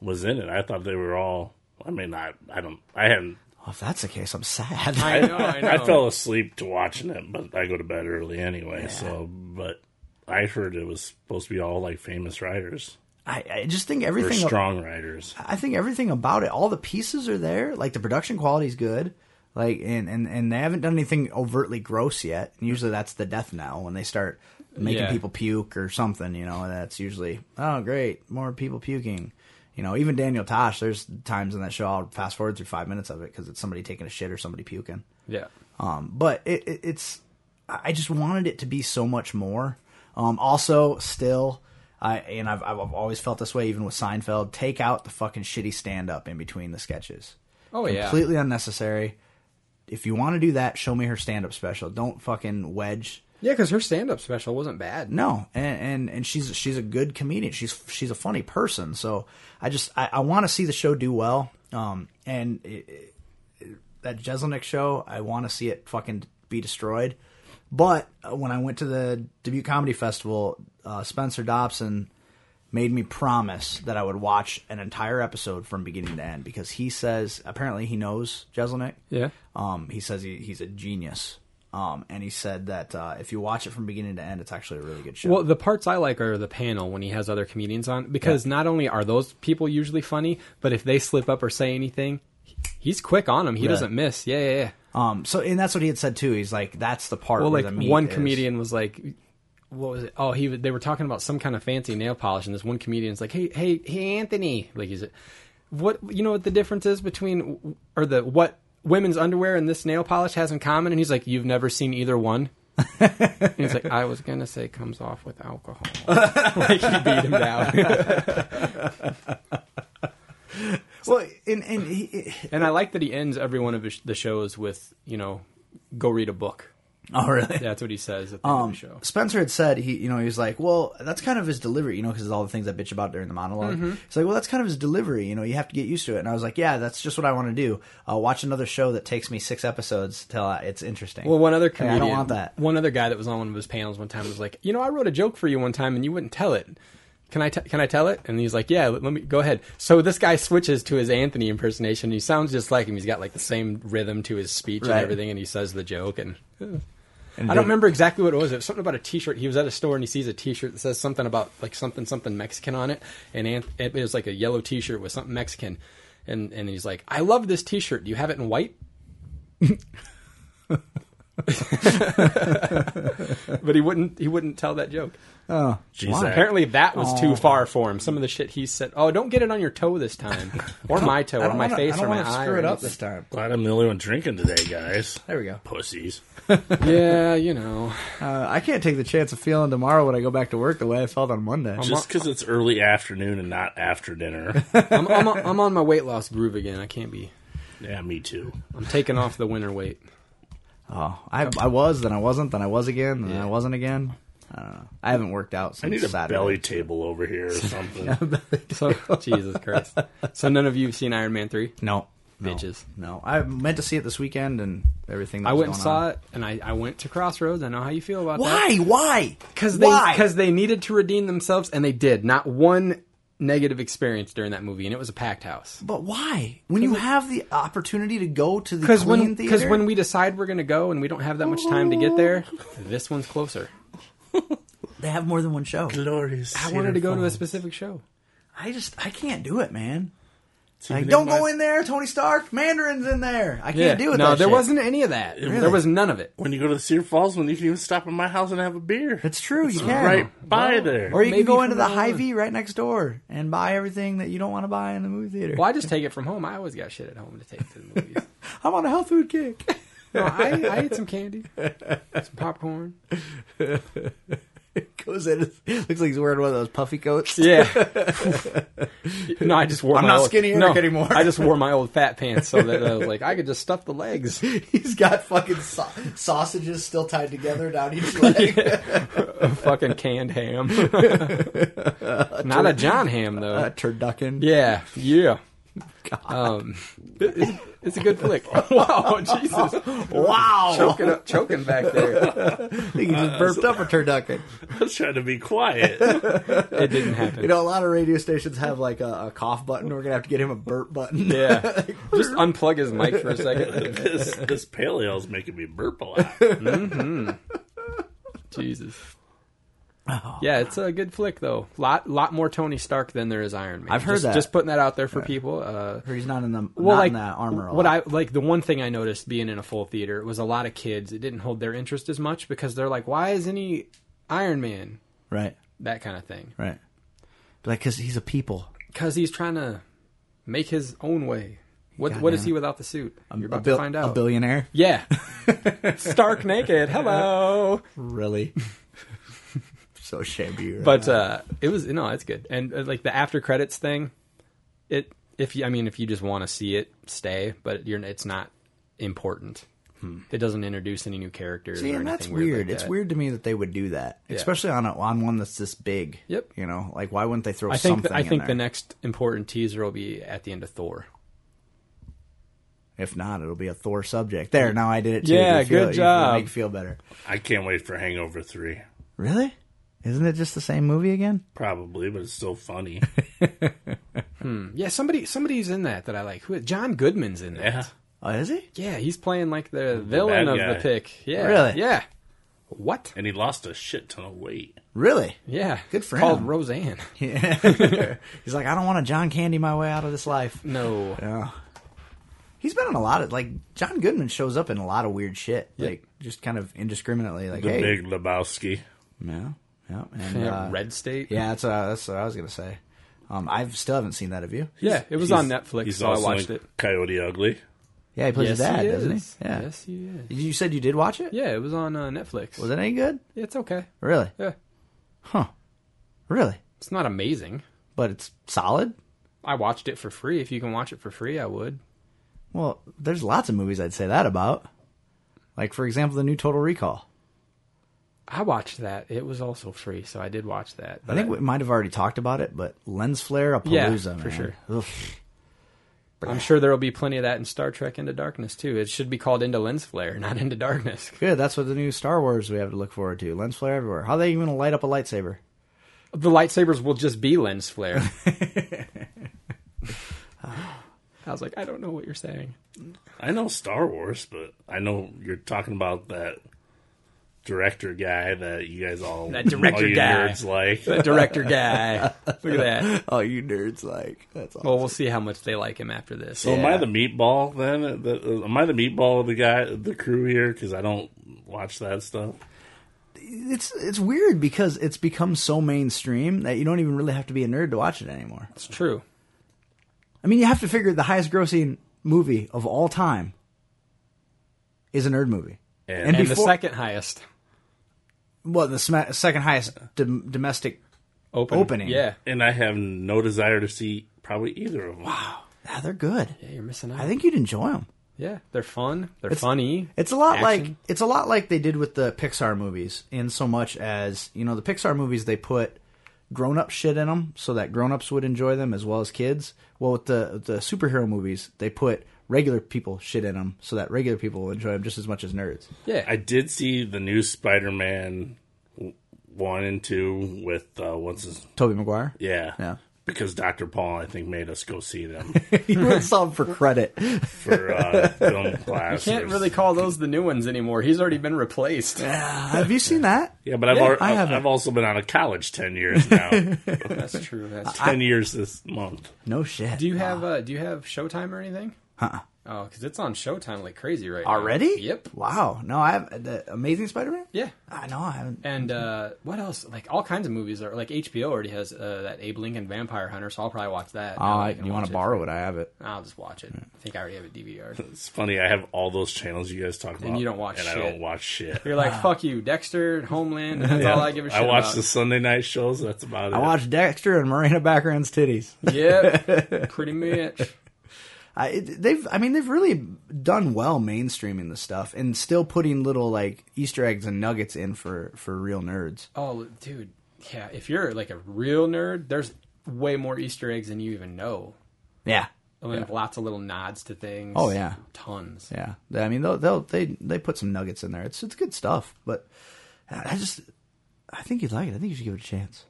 D: was in it. I thought they were all. I mean, I I don't. I hadn't.
B: Well, Oh, if that's the case, I'm sad.
C: I know. (laughs) I know.
D: I fell asleep to watching it, but I go to bed early anyway. So, but I heard it was supposed to be all like famous writers
B: (laughs) I, I just think
D: or
B: everything.
D: strong writers.
B: I think everything about it, all the pieces are there. Like the production quality's good. Like and and and they haven't done anything overtly gross yet. And usually that's the death knell when they start making
C: Yeah.
B: people puke or something. You know, and that's usually oh great, more people puking. You know, even Daniel Tosh. There's times in that show I'll fast forward through five minutes of it because it's somebody taking a shit or somebody puking.
C: yeah.
B: Um, but it, it, it's I I just wanted it to be so much more. Um, also, still, I and I've I've always felt this way, even with Seinfeld. Take out the fucking shitty stand up in between the sketches.
C: Oh yeah.
B: Completely unnecessary. If you want to do that, show me her stand up special. Don't fucking wedge.
C: Yeah, because her stand-up special wasn't bad.
B: No, and, and and she's she's a good comedian. She's she's a funny person. So I just I, I want to see the show do well. Um, and it, it, that Jeselnik show, I want to see it fucking be destroyed. But uh, when I went to the Dubuque Comedy Festival, uh, Spencer Dobson made me promise that I would watch an entire episode from beginning to end because he says apparently he knows Jeselnik.
C: Yeah.
B: Um, he says he, he's a genius. Um, and he said that uh, if you watch it from beginning to end, it's actually a really good show.
C: Well, the parts I like are the panel when he has other comedians on because not only are those people usually funny, but if they slip up or say anything, he's quick on them. He
B: Right.
C: doesn't miss. Yeah, yeah, yeah.
B: um, so and that's what he had said too. He's like, that's the part.
C: Well,
B: where
C: like
B: the meat
C: one
B: is.
C: comedian was like, "What was it? Oh, he they were talking about some kind of fancy nail polish, and this one comedian's like, "Hey, hey, hey, Anthony!" Like he's, what you know what the difference is between or the what women's underwear and this nail polish has in common? And he's like, You've never seen either
B: (laughs)
C: one. and he's like, I was gonna say comes off with alcohol. (laughs) like he beat him down. (laughs)
B: Well, and and he, (laughs)
C: and I like that he ends every one of his, the shows with, you know, go read a book.
B: oh really? Um,
C: That's what he says at the end of the show.
B: Spencer had said he, you know, he was like, well, that's kind of his delivery, you know, because all the things I bitch about during the monolog
C: Mm-hmm.
B: He's like, well, that's kind of his delivery, you know, you have to get used to it. And I was like, yeah, that's just what I want to do. Uh, watch another show that takes me six episodes till I, it's interesting.
C: Well, one other
B: Hey,
C: comedian,
B: I don't want that.
C: One other guy that was on one of his panels one time was like, "You know, I wrote a joke for you one time, and you wouldn't tell it. Can I? T- can I tell it?" And he's like, "Yeah, let let me go ahead." So this guy switches to his Anthony impersonation. He sounds just like him. He's got like the same rhythm to his speech
B: Right.
C: and everything, and he says the joke. And
B: And
C: I don't
B: they-
C: remember exactly what it was. It was something about a T-shirt. He was at a store and he sees a T-shirt that says something about like something something Mexican on it, and Anth- it was like a yellow T-shirt with something Mexican, and and he's like, "I love this T-shirt. Do you have it in white?" (laughs) but he wouldn't he wouldn't tell that joke.
D: Jeez,
B: Wow.
D: Zach.
C: Apparently that was
B: Oh.
C: too far for him. Some of the shit he said, "Oh, don't get it on your toe this time, or my toe,
B: I
C: or
B: don't
C: my
B: wanna-
C: face,
B: I don't
C: or my
B: wanna
C: eye."
B: screw
C: or
B: it up
C: anything."
B: this time.
D: Glad I'm the only one drinking today, guys.
B: There we go.
D: Pussies.
C: Yeah, you know.
B: Uh, I can't take the chance of feeling tomorrow when I go back to work the way I felt on Monday.
C: Um,
D: Just because it's early afternoon and not after
B: (laughs)
D: dinner.
C: I'm, I'm, on- I'm on my weight loss groove again. I can't be.
D: yeah, me too.
C: I'm taking off the winter
B: (laughs)
C: weight.
B: Oh, I, I was, then I wasn't, then I was again, then
C: Yeah.
B: I wasn't again. I don't know. I haven't worked out since
D: I need a
B: Saturday.
D: belly table over here or
B: (laughs)
D: something.
C: So Jesus Christ. So none of you have seen Iron Man three,
B: No, no,
C: bitches.
B: No, I meant to see it this weekend and everything. That
C: I
B: was
C: went and
B: going
C: saw
B: on.
C: it, and I, I went to Crossroads. I know how you feel about that.
B: Why? Why?
C: Because they
B: Why?
C: because they needed to redeem themselves, and they did. Not one negative experience during that movie, and it was a packed house.
B: But why? When you have the opportunity to go to the
C: Because
B: clean
C: when
B: theater,
C: because when we decide we're gonna go, and we don't have that much time to get there,
B: Oh.
C: this one's closer.
B: they have more than one show,
D: Glorious.
C: I wanted to go to a specific show.
B: I just I can't do it, man. Like,
D: even
B: don't
D: in
B: go
D: my-
B: in there, Tony Stark. Mandarin's in there. I can't do it.
C: no,
B: that
C: there
B: shit.
C: wasn't any of that. There was none of it.
D: When you go to the Cedar Falls one, you can even stop at my house and have a beer. (laughs)
B: It's true. You can
D: right by there.
B: Or you
C: Maybe
B: can go
C: from
B: into the
C: now on.
B: high V right next door and buy everything that you don't want to buy in the movie theater.
C: Well, I just take it from home. I always got shit at home to take to the movies.
B: I'm on a health food kick. (laughs)
C: No, I, I ate some candy, some popcorn.
B: Goes in. (laughs) Looks like he's wearing one of those puffy coats.
C: Yeah. (laughs) no, I just wore.
B: I'm
C: my
B: not
C: old,
B: skinny Eric
C: no,
B: anymore.
C: I just wore my old fat pants so that (laughs) I was like, I could just stuff the legs.
B: (laughs) He's got fucking sau- sausages still tied together down (laughs) each leg.
C: Fucking canned ham. (laughs) not a John ham though.
B: A Uh, turducken.
C: yeah, yeah. Um, it- it's, it's a good flick. (laughs) wow, (laughs) Jesus,
B: (laughs) Wow.
C: choking up, choking back there.
B: I think Oh, he just burped up a (laughs) turducken.
D: I was trying to be quiet.
B: (laughs)
D: (laughs)
C: It didn't happen.
B: You know, a lot of radio stations have like a, a cough button. We're gonna have to get him a burp button.
C: (laughs)
B: (laughs)
C: yeah, just unplug his mic for a second.
D: this, this pale ale's making me burp a lot.
C: Jesus.
B: Oh,
C: Yeah, it's a good flick though. Lot lot more Tony Stark than there is Iron Man.
B: I've heard
C: just,
B: that.
C: Just putting that out there for people. Uh,
B: Or he's not in the
C: well,
B: not
C: like
B: in the armor. A
C: what
B: lot.
C: I like the one thing I noticed being in a full theater was a lot of kids. It didn't hold their interest as much because they're like, "Why is any Iron Man?"
B: right,
C: That kind of thing.
B: right. Like, cause he's a people,
C: Because he's trying to make his own way. What
B: God
C: what
B: damn
C: is
B: it.
C: he without the suit? You're
B: a,
C: about
B: bil-
C: to find
B: a
C: out.
B: (laughs) billionaire.
C: yeah, (laughs) Stark naked.
B: (laughs)
C: Hello.
B: Really? so ashamed of you. right
C: But
B: now.
C: uh, it was no, it's good. And uh, like the after credits thing, it if you I mean if you just want to see it, stay. But you're it's not important. It doesn't introduce any new characters.
B: See,
C: or
B: and that's
C: anything weird.
B: weird.
C: like
B: it's
C: that.
B: weird to me that they would do that, especially on a, on one that's this big.
C: Yep.
B: You know, like why wouldn't they throw
C: I think
B: something?
C: the, I
B: in
C: think the
B: there?
C: next important teaser will be at the end of Thor.
B: If not, it'll be a Thor subject. There, now I did it too.
C: Yeah,
B: You feel-
C: good
B: you feel-
C: job.
B: Make you feel better.
D: I can't wait for Hangover 3.
B: Really? Isn't it just the same movie again?
D: Probably, but it's still
B: (laughs)
D: funny.
C: Yeah, somebody somebody's in that that I like. Who John Goodman's in that?
D: Yeah.
B: Oh, is he?
C: Yeah, he's playing like the villain of
D: guy.
C: the pick. Yeah,
B: Really?
C: Yeah. What?
D: And he lost a shit ton of weight.
C: (laughs)
B: Really?
C: Yeah,
B: Good for
C: Called
B: him.
C: Roseanne.
B: (laughs) He's like, I don't want to John Candy my way out of this life.
C: No,
B: He's been in a lot of like John Goodman shows up in a lot of weird shit, like just kind of indiscriminately. Like,
D: The
B: hey,
D: Big Lebowski.
B: yeah, yeah,
C: (laughs)
B: and,
C: Yeah,
B: uh,
C: Red State.
B: Yeah, that's what, I, that's what I was gonna say. Um, I still haven't seen that of you.
C: Yeah, it was
D: He's-
C: on Netflix,
D: he's
C: so I
D: also
C: watched
D: in
C: it.
D: Coyote Ugly.
B: Yeah, he plays
C: yes,
B: his dad,
C: he
B: doesn't he?
C: is.
B: Yeah.
C: Yes, he is.
B: You said you did watch it?
C: Yeah, it was on uh, Netflix.
B: Was it any good?
C: It's okay.
B: Really?
C: Yeah,
B: Huh. Really?
C: it's not amazing.
B: But it's solid?
C: I watched it for free. If you can watch it for free, I would.
B: Well, there's lots of movies I'd say that about. Like, for example, the new Total Recall.
C: I watched that. It was also free, so I did watch that.
B: I think we might have already talked about it, but lens flare, a
C: Yeah,
B: palooza,
C: for
B: man.
C: sure.
B: Oof.
C: I'm sure there will be plenty of that in Star Trek Into Darkness too. It should be called Into Lens Flare, not Into Darkness.
B: Good. That's what the new Star Wars we have to look forward to. Lens flare everywhere. How are they even gonna light up a lightsaber?
C: The lightsabers will just be lens
B: (laughs)
C: flare. I was like, I don't know what you're saying.
D: I know Star Wars, but I know you're talking about that director guy that you guys all
C: That director
D: all you
C: guy.
D: nerds like.
C: That director guy. Look at that.
B: Oh, you nerds! Like that's awesome.
C: Well, we'll see how much they like him after this.
D: So am I the meatball then? The- uh, Am I the meatball of the guy, the crew here? Because I don't watch that stuff.
B: it's it's weird because it's become so mainstream that you don't even really have to be a nerd to watch it anymore.
C: it's true.
B: I mean, you have to figure the highest grossing movie of all time is a nerd movie.
C: And
D: And-
B: before-
C: the second highest
B: well, the sma second highest dom- domestic.
C: open.
B: Opening.
C: Yeah.
D: And I have no desire to see probably either of them.
B: Ah, they're good.
C: Yeah, you're missing out.
B: I think you'd enjoy them.
C: yeah, they're fun. They're funny.
B: It's a lot
C: Action.
B: like it's a lot like they did with the Pixar movies, in so much as you know the Pixar movies they put grown up shit in them so that grown ups would enjoy them as well as kids. Well, with the the superhero movies, they put regular people shit in them so that regular people will enjoy them just as much as nerds.
C: Yeah.
D: I did see the new Spider-Man w- one and two with uh, what's his
B: Toby Maguire, (laughs)
D: yeah
B: Yeah.
D: because Doctor Paul I think made us go
C: (laughs)
D: see them
B: he went some for credit.
D: for
B: (laughs)
D: uh, film class.
C: can't really call those the new ones anymore. He's already been replaced.
B: Have you seen that?
D: Yeah, but I've
B: Yeah,
D: al-
B: I haven't.
D: I've also been out of college ten years
B: (laughs)
D: now.
C: (laughs) That's true. That's true.
D: ten years this month.
B: No shit.
C: Do you have uh, do you have Showtime or anything?
B: Uh-uh.
C: Oh, because it's on Showtime like crazy right now.
B: already?
C: Yep.
B: Wow. No, I have the Amazing Spider-Man.
C: Yeah.
B: I know I haven't.
C: And uh, what else? Like all kinds of movies are like HBO already has uh, that Abe Lincoln Vampire Hunter, so I'll probably watch that.
B: Oh,
C: now that
B: I-
C: I can
B: you want
C: watch it.
B: to borrow Mm. it? I have it.
C: I'll just watch it. I think I already have a
B: (laughs)
C: DVR.
D: It's funny. I have all those channels you guys talk about,
C: you don't watch
D: and I
C: shit.
D: don't watch shit.
C: You're like fuck you, Dexter, Homeland. and That's all I give a shit
D: I watch
C: about.
D: the Sunday night shows. That's about it.
B: I watched Dexter and Marina Baccarin's titties. (laughs)
C: Yep, pretty much.
B: I, it- they've, I mean, they've really done well mainstreaming the stuff and still putting little like Easter eggs and nuggets in for for real nerds.
C: Oh, dude, yeah. If you're like a real nerd, there's way more Easter eggs than you even know.
B: Yeah,
C: And then lots of little nods to things.
B: Oh, yeah.
C: tons.
B: yeah. They- I mean, they'll, they'll they they put some nuggets in there. It's it's good stuff. But I I just, I think you'd like it. I think you should give it a chance.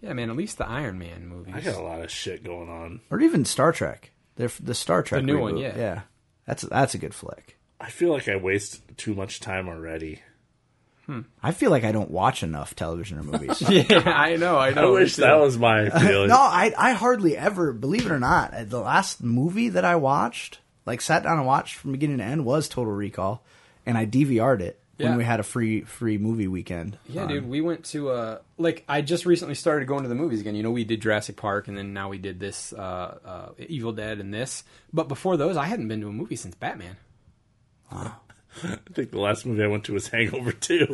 C: Yeah, man. At least the Iron Man movies.
D: I got a lot of shit going on.
B: Or even Star Trek. The the Star Trek
C: new one,
B: reboot.
C: yeah.
B: yeah. That's that's a good flick.
D: I feel like I waste too much time already.
B: I feel like I don't watch enough television or (laughs) movies.
C: yeah, (laughs) I know. I
D: I
C: know.
D: wish that
C: (laughs)
D: was my feeling.
B: No, I I hardly ever, believe it or not, uh, the last movie that I watched, like sat down and watched from beginning to end, was Total Recall, and I DVR'd it
C: Yeah.
B: when we had a free free movie weekend.
C: Yeah,
B: Um,
C: dude, we went to uh like I just recently started going to the movies again. You know, we did Jurassic Park and then now we did this uh, uh Evil Dead and this. But before those, I hadn't been to a movie since
B: (laughs)
C: Batman.
D: I think the last movie I went to was (laughs) Hangover Two.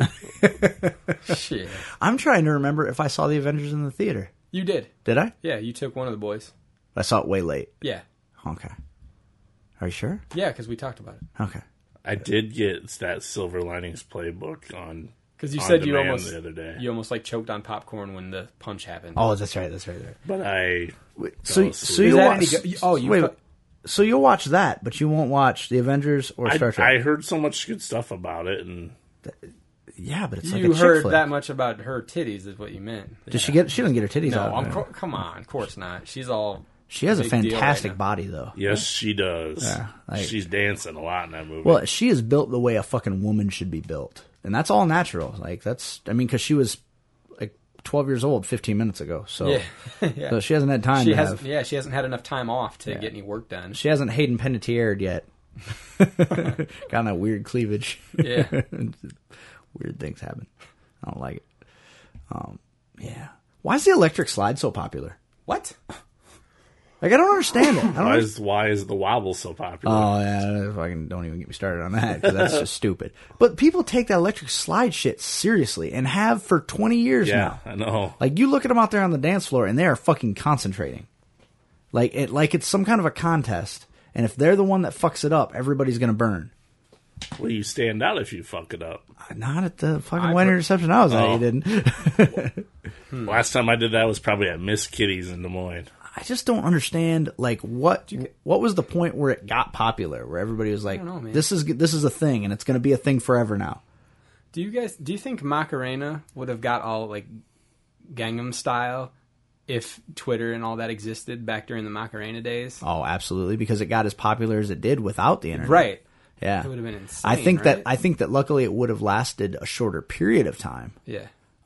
C: Shit.
B: I'm trying to remember if I saw the Avengers in the theater.
C: You did.
B: Did I?
C: Yeah, you took one of the boys.
B: I saw it way late.
C: Yeah.
B: Okay. Are you sure?
C: Yeah, cuz we talked about it.
B: Okay.
D: I did get that Silver Linings Playbook on
C: Cuz you
D: On
C: said you
D: demand
C: almost
D: the other day.
C: you almost like choked on popcorn when the punch happened.
B: Oh, that's right. That's right. That's right.
D: But I
B: so
D: Oh,
B: so
D: sweet.
C: Is
B: you
C: that
B: watch?
C: any good- you- oh, you
B: wait,
C: fu-
B: So you'll watch that, but you won't watch the Avengers or
D: I,
B: Star Trek.
D: I heard so much good stuff about it, and
B: yeah, but it's like
C: you
B: a chick
C: heard
B: flick.
C: that much about her titties is what you meant.
B: Did she get? She didn't get her titties
C: No,
B: out.
C: I'm co- come on, of course not. She's
B: (laughs)
C: all
B: she has a
C: big deal right
B: fantastic
C: now.
B: body, though.
D: yes, she does.
B: Yeah, like-
D: She's dancing a lot in that movie.
B: Well, she is built the way a fucking woman should be built, and that's all natural. Like that's, I mean, because she was like 12 years old 15 minutes ago, so
C: Yeah. yeah.
B: so she hasn't had time
C: she
B: to
C: hasn't
B: have.
C: yeah, she hasn't had enough time off to get any work done.
B: She (laughs) hasn't Hayden Panettiere yet. (laughs) Got that weird cleavage.
C: Yeah.
B: (laughs) weird things happen. I don't like it. Um, yeah. Why is the electric slide so popular?
C: What?
B: Like I don't understand it. I don't
D: Why is why is the wobble so popular?
B: Oh yeah, fucking don't even get me started on that 'cause
C: (laughs)
B: that's just stupid. But people take that electric slide shit seriously and have for twenty years
D: yeah,
B: now.
D: I know.
B: Like you look at them out there on the dance floor and they are fucking concentrating, like it like it's some kind of a contest. And if they're the one that fucks it up, everybody's gonna burn.
D: Well, you stand out if you fuck it up.
B: Not at the fucking wedding reception I was at. You
D: Oh.
B: didn't. (laughs) Hmm.
D: Last time I did that was probably at Miss Kitty's in Des Moines.
B: I just don't understand like what what was the point where it got popular, where everybody was like,
C: know, man.
B: "This is this is a thing, and it's gonna be a thing forever now."
C: Do you guys do you think Macarena would have got all like Gangnam style if Twitter and all that existed back during the Macarena days?
B: Oh, absolutely, because it got as popular as it did without the internet.
C: Right.
B: Yeah.
C: That would have been insane.
B: I think that
C: right?
B: I think that luckily it would have lasted a shorter period of time.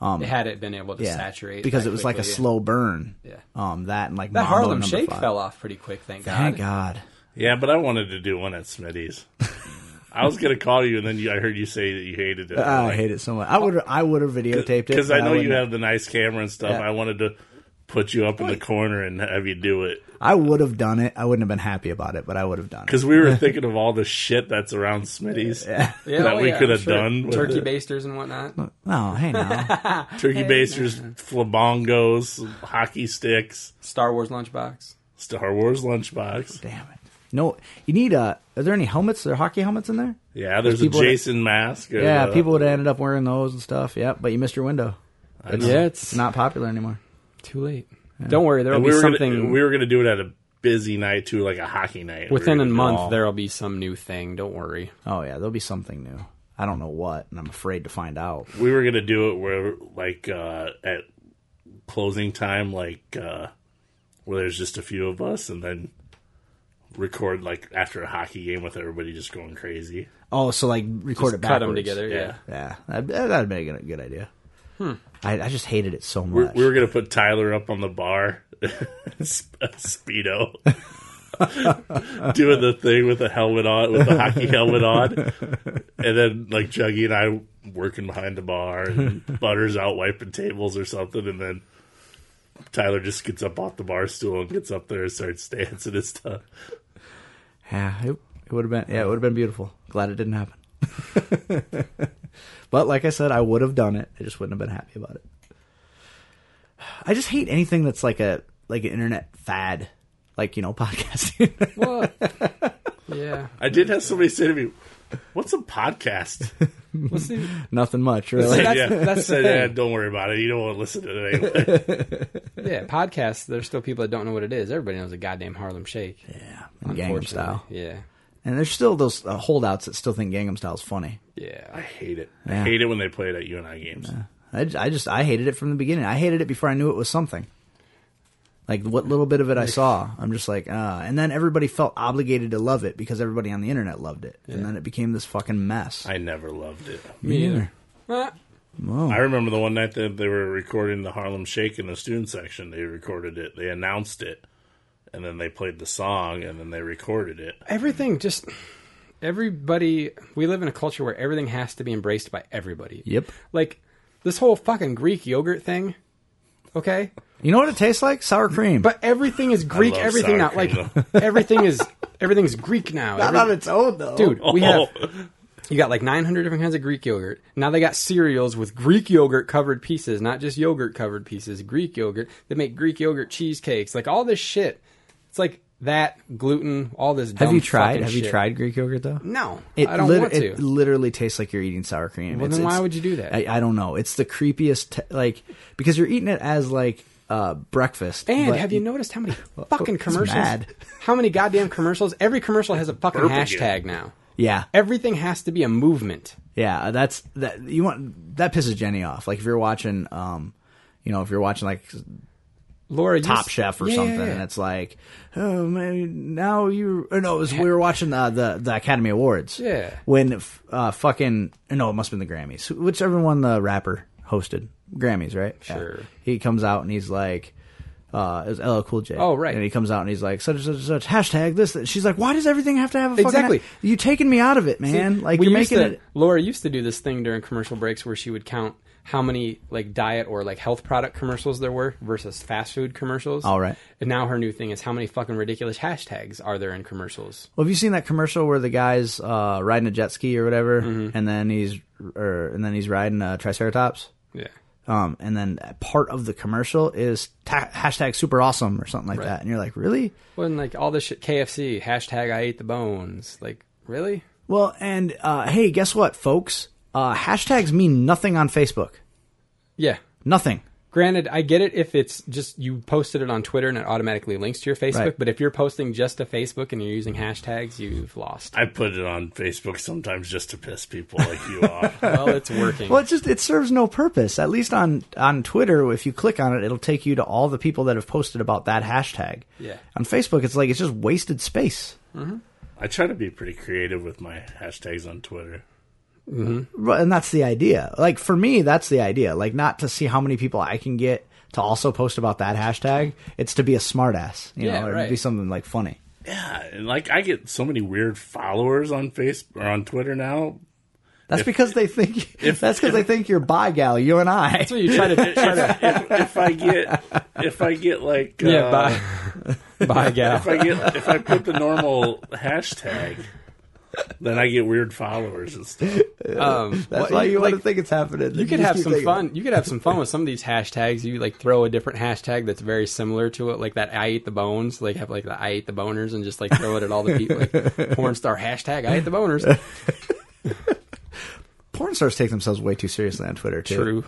B: Um,
C: yeah. had it been able to
B: Yeah.
C: saturate
B: because
C: that
B: it was like a
C: quickly, yeah.
B: slow burn.
C: Yeah.
B: Um that and like
C: That
B: Mambo
C: Harlem
B: number
C: Shake
B: five.
C: fell off pretty quick. Thank God.
B: Thank God.
D: Yeah, but I wanted to do one at
B: (laughs)
D: Smitty's. I was gonna call you, and then you, I heard you say that you hated it.
B: Oh, I hate it so much. I would I would have videotaped it
D: because I
B: but
D: know you
B: wouldn't-
D: have the nice camera and stuff.
B: Yeah.
D: I wanted to put you up in the corner and have you do it
B: I would have done it. I wouldn't have been happy about it, but I would have done it.
D: because we
B: (laughs)
D: were thinking of all the shit that's around Smitty's
C: Yeah,
D: that
C: oh,
D: we
C: yeah,
D: could
C: I'm
D: have
C: sure.
D: done with
C: turkey
D: it.
C: basters and whatnot.
B: Oh,
C: (laughs)
B: hey now.
D: turkey basters, flabongos, hockey sticks,
C: Star Wars lunchbox.
D: Star Wars lunchbox.
B: Damn it. No, you need uh are there any helmets? Are there hockey helmets in there?
D: Yeah, there's a
B: people that-
D: Jason mask. or,
B: Yeah,
D: uh,
B: people would have ended up wearing those and stuff. Yep, but you missed your window.
C: Yeah, it's
B: It's not popular anymore.
C: too late. Don't worry, there'll
D: And we
C: be
D: were
C: something
D: gonna, we were gonna do it at a busy night too, like a hockey night. We were
C: within a
D: gonna do
C: month.
D: all-
C: There'll be some new thing. Don't worry.
B: Oh yeah, there'll be something new. I don't know what, and I'm afraid to find out.
D: we were gonna do it where like uh at closing time like uh where there's just a few of us and then record like after a hockey game with everybody just going crazy
B: Oh, so like record it
C: Cut
B: backwards.
C: them together. Yeah.
B: (laughs)
D: yeah.
B: Yeah, that'd, that'd be a good, good idea. I, I just hated it so
D: we
B: much.
D: we Hmm. were gonna put tyler up on the bar (laughs) Sp- speedo doing the thing with the helmet on with the hockey helmet on and then like juggy and i working behind the bar and butters out wiping tables or something and then Tyler just gets up off the bar stool and gets up there and starts dancing and stuff.
B: yeah, it, it would have been. Yeah, it would have been beautiful. Glad it didn't happen. (laughs) but like I said, I would have done it. I just wouldn't have been happy about it. I just hate anything that's like a like an internet fad, like you know (laughs) podcasting.
C: Well, (laughs) yeah.
D: I did have somebody say to me, "What's a podcast?"
C: Let's see.
B: Nothing much
C: (laughs)
B: really.
C: That's-
D: yeah,
C: that's the
D: Said, "Yeah,
C: thing."
D: don't worry about it. You don't want to listen to it anyway.
C: Yeah, podcasts. There's still people that don't know what it is. Everybody knows a goddamn Harlem Shake.
B: Yeah, Gangnam Style.
C: Yeah.
B: And there's still those uh, holdouts that still think Gangnam Style's funny.
D: I
C: Yeah.
D: hate it.
B: Yeah.
D: I hate it when they play it at UNI games.
B: I, j- I just I hated it from the beginning. I hated it before I knew it was something. Like what little bit of it I saw, I'm just like, ah. And then everybody felt obligated to love it because everybody on the internet loved it, and then it became this fucking mess.
D: I never loved it.
B: Me either.
C: Ah,
D: I remember the one night that they were recording the Harlem Shake in the student section. They recorded it. They announced it, and then they played the song, and then they recorded it.
C: everything just. Everybody. We live in a culture where everything has to be embraced by everybody.
B: Yep.
C: Like this whole fucking Greek yogurt thing. Okay.
B: You know what it tastes like? Sour cream,
C: But everything is Greek.
D: love
C: Everything now,
D: sour
C: like
D: cream,
B: (laughs)
C: everything is everything's Greek now.
B: not
C: Every-
B: on its own though,
C: dude, we
B: (laughs)
C: have
D: Oh.
C: you got like 900 different kinds of Greek yogurt. Now they got cereals with Greek yogurt covered pieces, not just yogurt covered pieces. Greek yogurt. They make Greek yogurt cheesecakes, like all this shit. It's like that gluten, all this.
B: Have
C: dumb
B: you tried?
C: fucking
B: Have you
C: shit.
B: tried Greek yogurt though?
C: No,
B: It
C: I don't
B: lit-
C: want to.
B: It literally tastes like you're eating sour cream.
C: Well, then why would you do that?
B: I, I don't know. It's the creepiest, t- like, because you're eating it as like uh, breakfast.
C: and
B: but-
C: have you noticed
B: (laughs)
C: how many fucking
B: it's
C: commercials?
B: mad.
C: (laughs) How many goddamn commercials? Every commercial has a fucking
D: Burping
C: hashtag
D: it.
C: now.
B: Yeah,
C: Everything has to be a movement.
B: yeah. That's that. You want that pisses Jenny off. Like if you're watching, um, you know, if you're watching like
C: Laura, you
B: Top
C: s-
B: Chef or
C: Yeah, yeah,
B: something,
C: yeah.
B: and it's like, oh man, now you. Or no, it was we were watching the the, the Academy Awards.
C: Yeah.
B: When f- uh, fucking no, it must have been the Grammys. Whichever one the rapper hosted Grammys, right? Yeah.
C: Sure.
B: He comes out and he's like. Uh, it was LL Cool J.
C: Oh, right.
B: And he comes out and he's like, such and such and such, hashtag this. that. She's like, why does everything have to have a fucking
C: Exactly.
B: ha- you taking me out of it, man. like,
C: we
B: you're
C: used
B: making
C: to,
B: it.
C: Laura used to do this thing during commercial breaks where she would count how many like diet or like health product commercials there were versus fast food commercials.
B: All right.
C: And now her new thing is how many fucking ridiculous hashtags are there in commercials?
B: Well, have you seen that commercial where the guy's uh, riding a jet ski or whatever, and then he's or and then he's riding a triceratops?
C: Yeah.
B: Um, and then part of the commercial is ta- hashtag super awesome or something like that, and you're like, really?
C: Well, and like all this shit, KFC hashtag I ate the bones. Like really?
B: Well, and uh, hey, guess what, folks? Uh, hashtags mean nothing on Facebook.
C: Yeah.
B: Nothing.
C: Granted, I get it if it's just you posted it on Twitter and it automatically links to your Facebook,
B: Right.
C: but if you're posting just to Facebook and you're using hashtags, you've lost.
D: I put it on Facebook sometimes just to piss people like you
C: (laughs)
D: off.
C: Well, it's working.
B: Well, it just it serves no purpose. At least on on Twitter, if you click on it, it'll take you to all the people that have posted about that hashtag.
C: Yeah.
B: On Facebook, it's like it's just wasted space.
D: I try to be pretty creative with my hashtags on Twitter.
B: But- and that's the idea. Like for me, that's the idea. Like not to see how many people I can get to also post about that hashtag. It's to be a smartass, you
C: Yeah,
B: know, or
C: right.
B: be something like funny.
D: Yeah, and like I get so many weird followers on Facebook or on Twitter now.
B: That's because they
C: (laughs)
B: think (laughs) that's because they think you're bi gal, you and I.
C: so you try
D: (laughs)
C: to, (laughs) try to
D: If, if I get, if I get like,
C: yeah,
D: uh,
C: bye,
B: (laughs)
C: bye, gal.
D: if I get, if I put the normal hashtag, then I get weird followers and stuff.
C: Um,
B: (laughs) That's
C: what-
B: why you
C: like,
B: want to think it's happening.
C: You
B: (laughs)
C: could have some fun. You could have some fun with some of these hashtags. You like throw a different hashtag that's very similar to it, like that "I ate the bones." Like have like the "I ate the boners" and just like throw it at all the people.
B: (laughs)
C: Like porn star hashtag "I ate the boners."
B: Porn stars take themselves way too seriously on Twitter too.
C: True.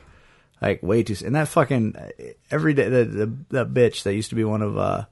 B: like way too. And that fucking every day the, the that bitch that used to be one of uh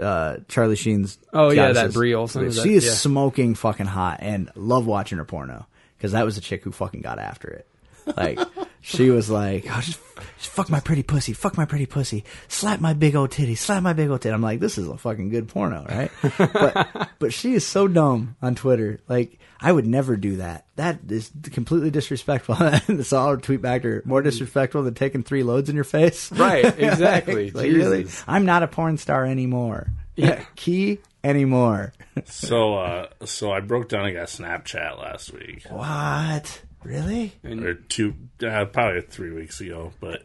B: uh Charlie Sheen's.
C: Oh, yeah, that
B: goddesses.
C: Brie Olson, is
B: She
C: that-
B: is
C: yeah.
B: smoking fucking hot, and love watching her porno because that was the chick who fucking got after it.
C: (laughs)
B: Like she was like, oh, just, just fuck my pretty pussy, fuck my pretty pussy, slap my big old titty, slap my big old titty. I'm like, this is a fucking good porno, right?
C: (laughs)
B: but but she is so dumb on Twitter. Like I would never do that. That is completely disrespectful. (laughs) and so I'll tweet back to her, more disrespectful than taking three loads in your face.
C: Right, exactly.
B: (laughs) Like, really?
C: Jesus.
B: I'm not a porn star anymore.
C: Yeah.
B: (laughs) Key anymore.
D: So, uh, so I broke down. I got Snapchat last week,
B: What? Really?
D: or two, uh, probably three weeks ago. But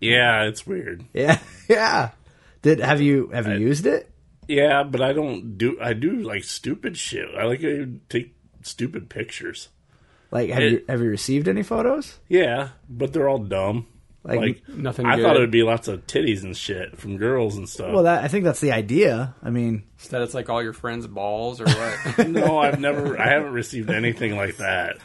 D: yeah, it's weird.
B: Yeah. (laughs) Yeah. Did have you have you used it?
D: Yeah, but I don't do. I do like stupid shit. I like to take stupid pictures.
B: Like have
D: It-
B: you have you received any photos?
D: Yeah, but they're all dumb.
B: Like,
D: Like,
C: nothing
D: I
C: good.
D: thought it would be lots of titties and shit from girls and stuff.
B: Well, that I think that's the idea. I mean,
C: Instead, it's like all your friends' balls or
B: (laughs)
C: what?
D: no, I've never. I haven't received anything like that.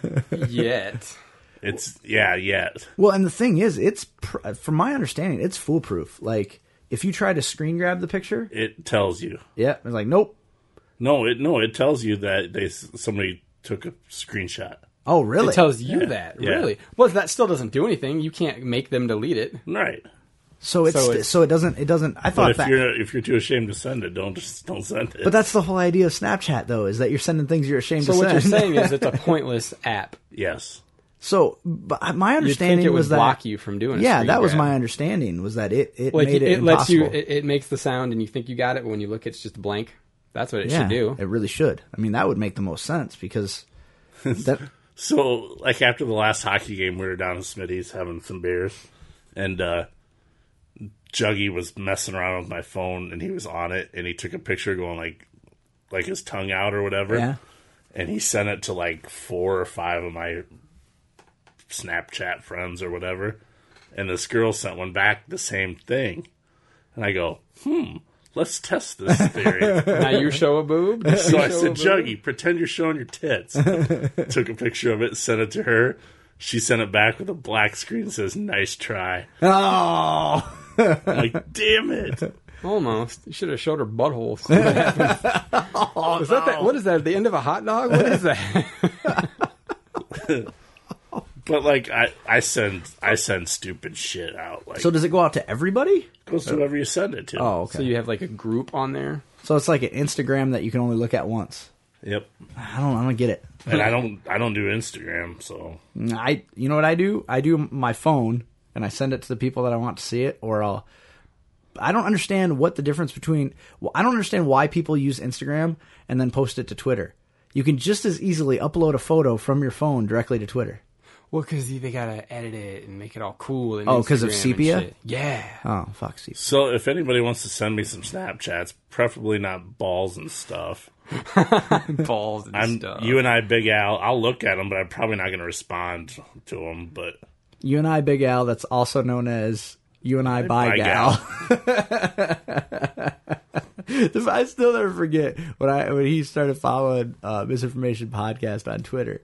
C: Yet.
D: It's yeah, yet.
B: well, and the thing is, it's pr- from my understanding, it's foolproof. Like if you try to screen grab the picture,
D: It tells you.
B: yeah, it's like nope.
D: No, it no. It tells you that they somebody took a screenshot.
B: Oh, really?
C: It tells you that,
D: Yeah.
C: really. Well, that still doesn't do anything. You can't make them delete it.
D: Right.
B: so it's
C: so
B: so,
C: it's-
B: it doesn't it doesn't. I
D: But
B: thought
D: if
B: that.
D: you're if you're too ashamed to send it, don't just (laughs) don't send it.
B: But that's the whole idea of Snapchat, though, is that you're sending things you're ashamed
C: So
B: to
C: what you're
B: send.
C: saying is it's a pointless
B: (laughs)
C: app.
D: yes.
B: so, but my
C: You'd think
B: understanding
C: it would
B: was that
C: block you from doing. A
B: yeah,
C: screen
B: that was
C: grab.
B: my understanding was that it it
C: Like
B: made
C: it,
B: it,
C: lets
B: impossible.
C: you. It, it makes the sound, and you think you got it, but when you look, it's just blank. That's what it should do.
B: It really should. I mean, that would make the most sense because that
D: So, like after the last hockey game, we were down at Smitty's having some beers, and uh, Juggy was messing around with my phone, and he was on it, and he took a picture going like, like his tongue out or whatever,
B: yeah.
D: and he sent it to like four or five of my Snapchat friends or whatever, and this girl sent one back the same thing, and I go, hmm, let's test this
B: (laughs)
D: theory.
C: now you show a boob.
D: So I
C: You show
D: said,
C: a boob.
D: Juggy, pretend you're showing your
B: (laughs)
D: tits. Took a picture of it, sent it to her. She sent it back with a black screen that says, nice try.
B: Oh,
D: I'm like,
B: (laughs)
D: damn it.
C: almost. You should have showed her butthole. (laughs) See what happens.
B: Oh,
C: is that that? What is that? At the end of a hot dog? What is that?
D: But like, I, I send I send stupid shit out. Like,
B: so does it go out to everybody?
D: it goes to whoever you send it to.
B: (laughs) Oh, okay.
C: so you have like a group on there.
B: So it's like an Instagram that you can only look at once.
D: yep.
B: I don't. I don't get it.
D: And I don't I don't do Instagram, so
B: I. You know what I do? I do my phone and I send it to the people that I want to see it, or I'll. I don't understand what the difference between. Well, I don't understand why people use Instagram and then post it to Twitter. You can just as easily upload a photo from your phone directly to Twitter.
C: Well, because they gotta edit it and make it all cool. And
B: Oh, 'cause of
C: Instagram and
B: sepia?
C: shit. Yeah.
B: Oh, fuck, Steve.
D: So if anybody wants to send me some Snapchats, preferably not balls and stuff.
B: (laughs)
C: Balls and
D: I'm
C: stuff.
D: you and I, Big Al. I'll look at them, but I'm probably not going to respond to them. But
B: You and I, Big Al. That's also known as you and I, Bye
D: Bye
B: Gal. (laughs) I still never forget when I when he started following uh, Misinformation Podcast on Twitter,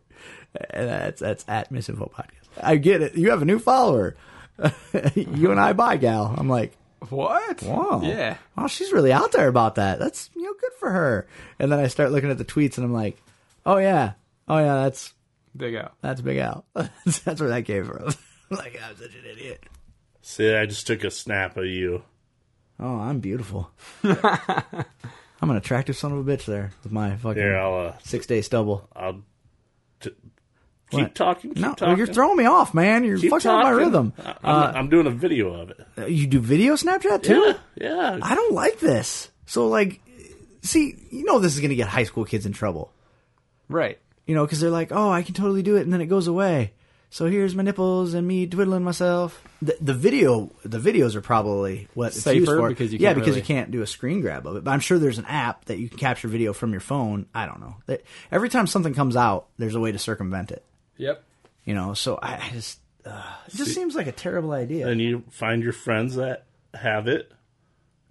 B: and that's that's at Misinfo Podcast. I get it. You have a new follower. (laughs) you and I, Bye Gal. I'm like,
C: what?
B: Wow.
C: Yeah.
B: Wow, she's really out there about that. That's you know good for her. And then I start looking at the tweets and I'm like, oh yeah, oh yeah, that's
C: Big out.
B: that's Big Al. (laughs) that's where that came from. (laughs) like I'm such an idiot.
D: see, I just took a snap of you.
B: Oh,
D: (laughs)
B: I'm beautiful. I'm an attractive son of a bitch there with my fucking
D: Here, I'll uh,
B: six day stubble.
D: I'll t- keep
B: What?
D: talking. Keep
B: No,
D: talking.
B: you're throwing me off, man. You're
D: Keep
B: fucking up my
D: talking.
B: rhythm.
D: I- I'm, I'm doing a video of it.
B: Uh, You do video Snapchat too?
D: Yeah, yeah.
B: I don't like this. So like, see, you know this is gonna get high school kids in trouble.
C: Right.
B: you know, because they're like, oh, I can totally do it, and then it goes away. So here's my nipples and me twiddling myself. The, the video, the videos are probably what it's
C: Safer
B: used for.
C: because you
B: yeah,
C: can't
B: because
C: really-
B: you can't do a screen grab of it. But I'm sure there's an app that you can capture video from your phone. I don't know. They- Every time something comes out, there's a way to circumvent it.
C: Yep.
B: You know, so I, I just uh, it just seems like a terrible idea.
D: and you find your friends that have it,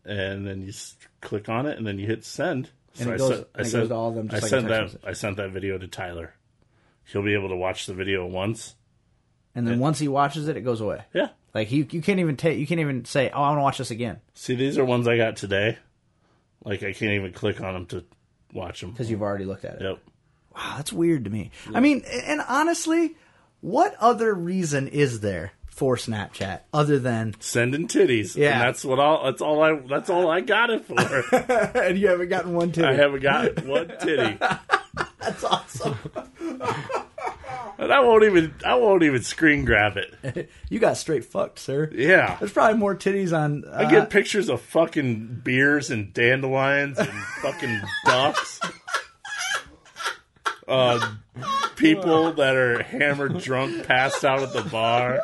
D: and then you s- click on it, and then you hit send.
B: And it goes- and it goes to all of them, just
D: I
B: like a
D: sent
B: text
D: that.
B: message.
D: I sent that video to Tyler. He'll be able to watch the video once.
B: And then once he watches it, it goes away.
D: Yeah.
B: Like you, you can't even take, you can't even say, oh, I want to watch this again
D: See, these are ones I got today. Like I can't even click on them to watch them.
B: because you've already looked at it.
D: Yep.
B: Wow, Ah, that's weird to me. I mean, and honestly, what other reason is there for Snapchat other than
D: Sending titties.
B: Yeah.
D: And that's what all. That's all I. That's all I got
B: (laughs)
D: it for.
B: and you haven't gotten one too?
D: I haven't got one titty.
B: (laughs) That's awesome.
D: And I won't even I won't even screen grab it.
B: you got straight fucked, sir.
D: Yeah.
B: There's probably more titties on. Uh,
D: I get pictures of fucking beers and dandelions and fucking ducks. Uh, people that are hammered drunk passed out at the bar.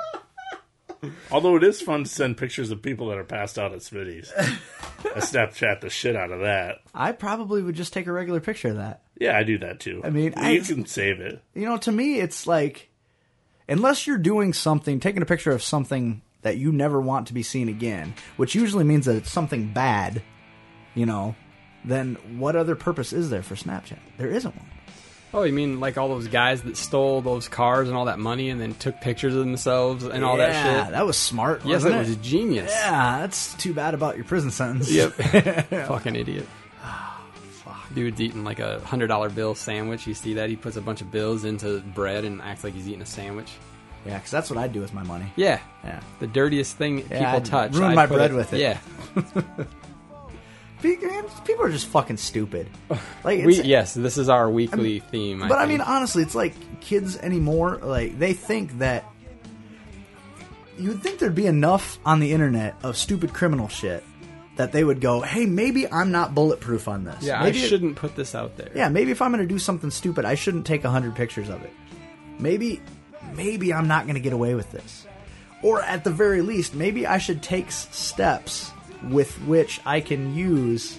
D: Although it is fun to send pictures of people that are passed out at Smitty's. I Snapchat the shit out of that.
B: I probably would just take a regular picture of that.
D: Yeah, I do that too. I
B: mean,
D: you
B: I-
D: can save it.
B: You know, to me, it's like unless you're doing something, taking a picture of something that you never want to be seen again, which usually means that it's something bad. You know, then what other purpose is there for Snapchat? There isn't one.
C: Oh, you mean like all those guys that stole those cars and all that money and then took pictures of themselves and all that
B: Yeah,
C: shit?
B: That was smart.
C: yes,
B: wasn't
C: that was genius.
B: Yeah, that's too bad about your prison sentence. (laughs)
C: Yep. Fucking idiot. Dude's eating like a hundred dollar bill sandwich. You see that? He puts a bunch of bills into bread and acts like he's eating a sandwich.
B: Yeah, because that's what I'd do with my money.
C: Yeah.
B: Yeah.
C: The dirtiest thing that
B: Yeah,
C: people
B: I'd
C: touch.
B: ruin
C: I'd
B: my
C: put
B: bread with it.
C: Yeah.
B: Pe- man, People are just
C: (laughs)
B: fucking stupid. Like,
C: We,
B: it's-
C: yes, this is our weekly theme.
B: But I
C: think.
B: mean, honestly, it's like kids anymore. Like they think that you'd think there'd be enough on the internet of stupid criminal shit that they would go, "Hey, maybe I'm not bulletproof on this.
C: yeah, I
B: maybe it-
C: shouldn't put this out there.
B: yeah, maybe if I'm going to do something stupid, I shouldn't take 100 pictures of it. Maybe maybe I'm not going to get away with this. Or at the very least, maybe I should take s- steps with which I can use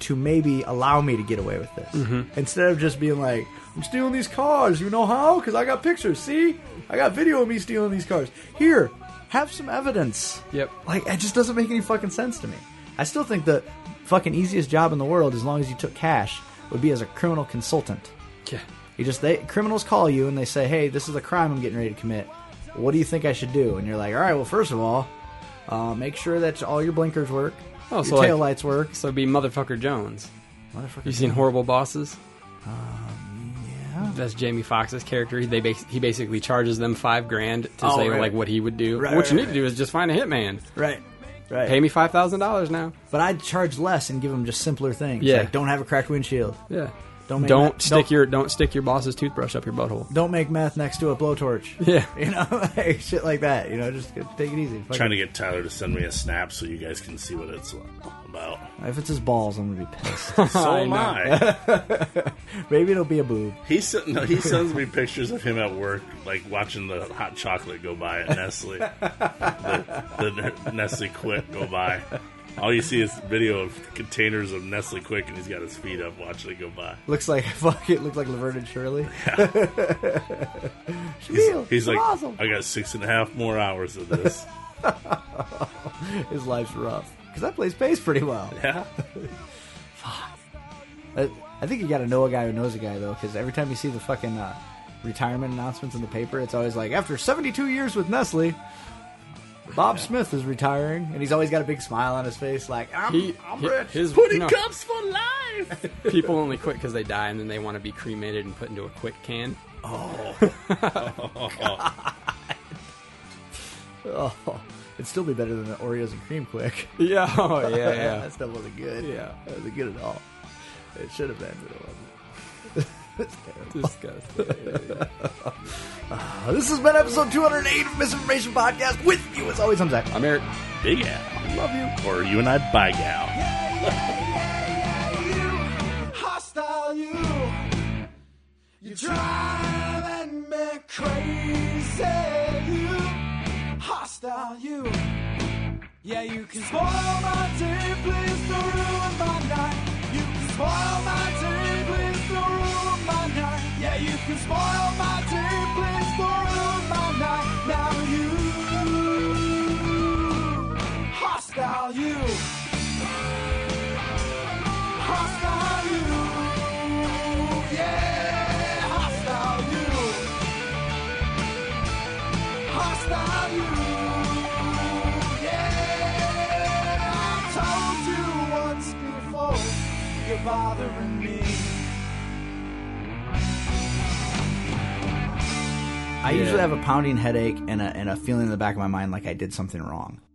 B: to maybe allow me to get away with this. Instead of just being like, I'm stealing these cars, you know how? Cuz I got pictures, see? I got video of me stealing these cars. Here, have some evidence.
C: Yep.
B: Like it just doesn't make any fucking sense to me. I still think the fucking easiest job in the world, as long as you took cash, would be as a criminal consultant.
C: Yeah.
B: You just they criminals call you and they say, "Hey, this is a crime I'm getting ready to commit. What do you think I should do?" And you're like, "All right, well, first of all, uh, make sure that all your blinkers work,
C: Oh,
B: your
C: so like-
B: tail lights work."
C: So be motherfucker Jones.
B: Motherfucker.
C: You seen Horrible Bosses? yeah. That's Jamie Foxx's character. They bas- he basically charges them five grand to
B: Oh,
C: say
B: right.
C: like what he would do.
B: Right,
C: what you
B: right,
C: need to do is just find a hitman.
B: right, right.
C: Pay me five thousand dollars now.
B: But I'd charge less and give them just simpler things.
C: Yeah.
B: like don't have a cracked windshield.
C: Yeah.
B: Don't make
C: Don't
B: meth-
C: stick your don't stick your boss's toothbrush up your butthole.
B: don't make meth next to a blowtorch.
C: Yeah.
B: (laughs) You know, like, shit like that. You know, just take it easy. Fuck
D: Trying to
B: it.
D: get Tyler to send me a snap so you guys can see what it's
B: (laughs)
D: about.
B: if it's his balls, I'm gonna be pissed. (laughs)
D: So am
C: know.
D: I.
B: Maybe it'll be a boob.
D: He sent, no, he sends me pictures of him at work, like watching the hot chocolate go by at Nestle, the, the Nestle Quick go by. All you see is video of containers of Nestle Quick, and he's got his feet up watching it go by.
B: Looks like (laughs) fuck it. Looks like Laverne and Shirley. (laughs)
D: He's,
B: Shamil,
D: he's like,
B: you're awesome.
D: I got six and a half more hours of (laughs) this.
B: His life's rough because that place pays pretty well.
D: yeah,
B: I, I think you got to know a guy who knows a guy though, because every time you see the fucking uh, retirement announcements in the paper, it's always like after 72 years with Nestle, Bob Smith is retiring, and he's always got a big smile on his face, like I'm,
C: He-
B: I'm
C: he-
B: rich.
C: his-
D: pudding
C: no,
D: cups for life.
C: (laughs) people only quit because they die and then they want to be cremated and put into a quick can.
B: Oh, it'd still be better than the Oreos and cream quick.
C: Yeah, oh, (laughs) yeah, yeah.
B: (laughs) that stuff wasn't good.
C: Yeah.
B: it wasn't good at all. It should have been, but it wasn't.
C: Disgusting.
B: Uh, This has been episode 208 of Misinformation Podcast. With you, as always, I'm Zach.
C: I'm Eric.
D: Big Al, love you. Or you and I, bye, gal.
A: you, hostile you. You driving me crazy, you, hostile you. Yeah, you can spoil my day, please don't ruin my night. You can spoil my day, please don't ruin my night. Yeah, you can spoil my day, please don't ruin my night. Now you, hostile you hostile you. Yeah, hostile you. Hostile you. Yeah, I told you once before, you're bothering me.
B: I usually have a pounding headache and a, and a feeling in the back of my mind like I did something wrong.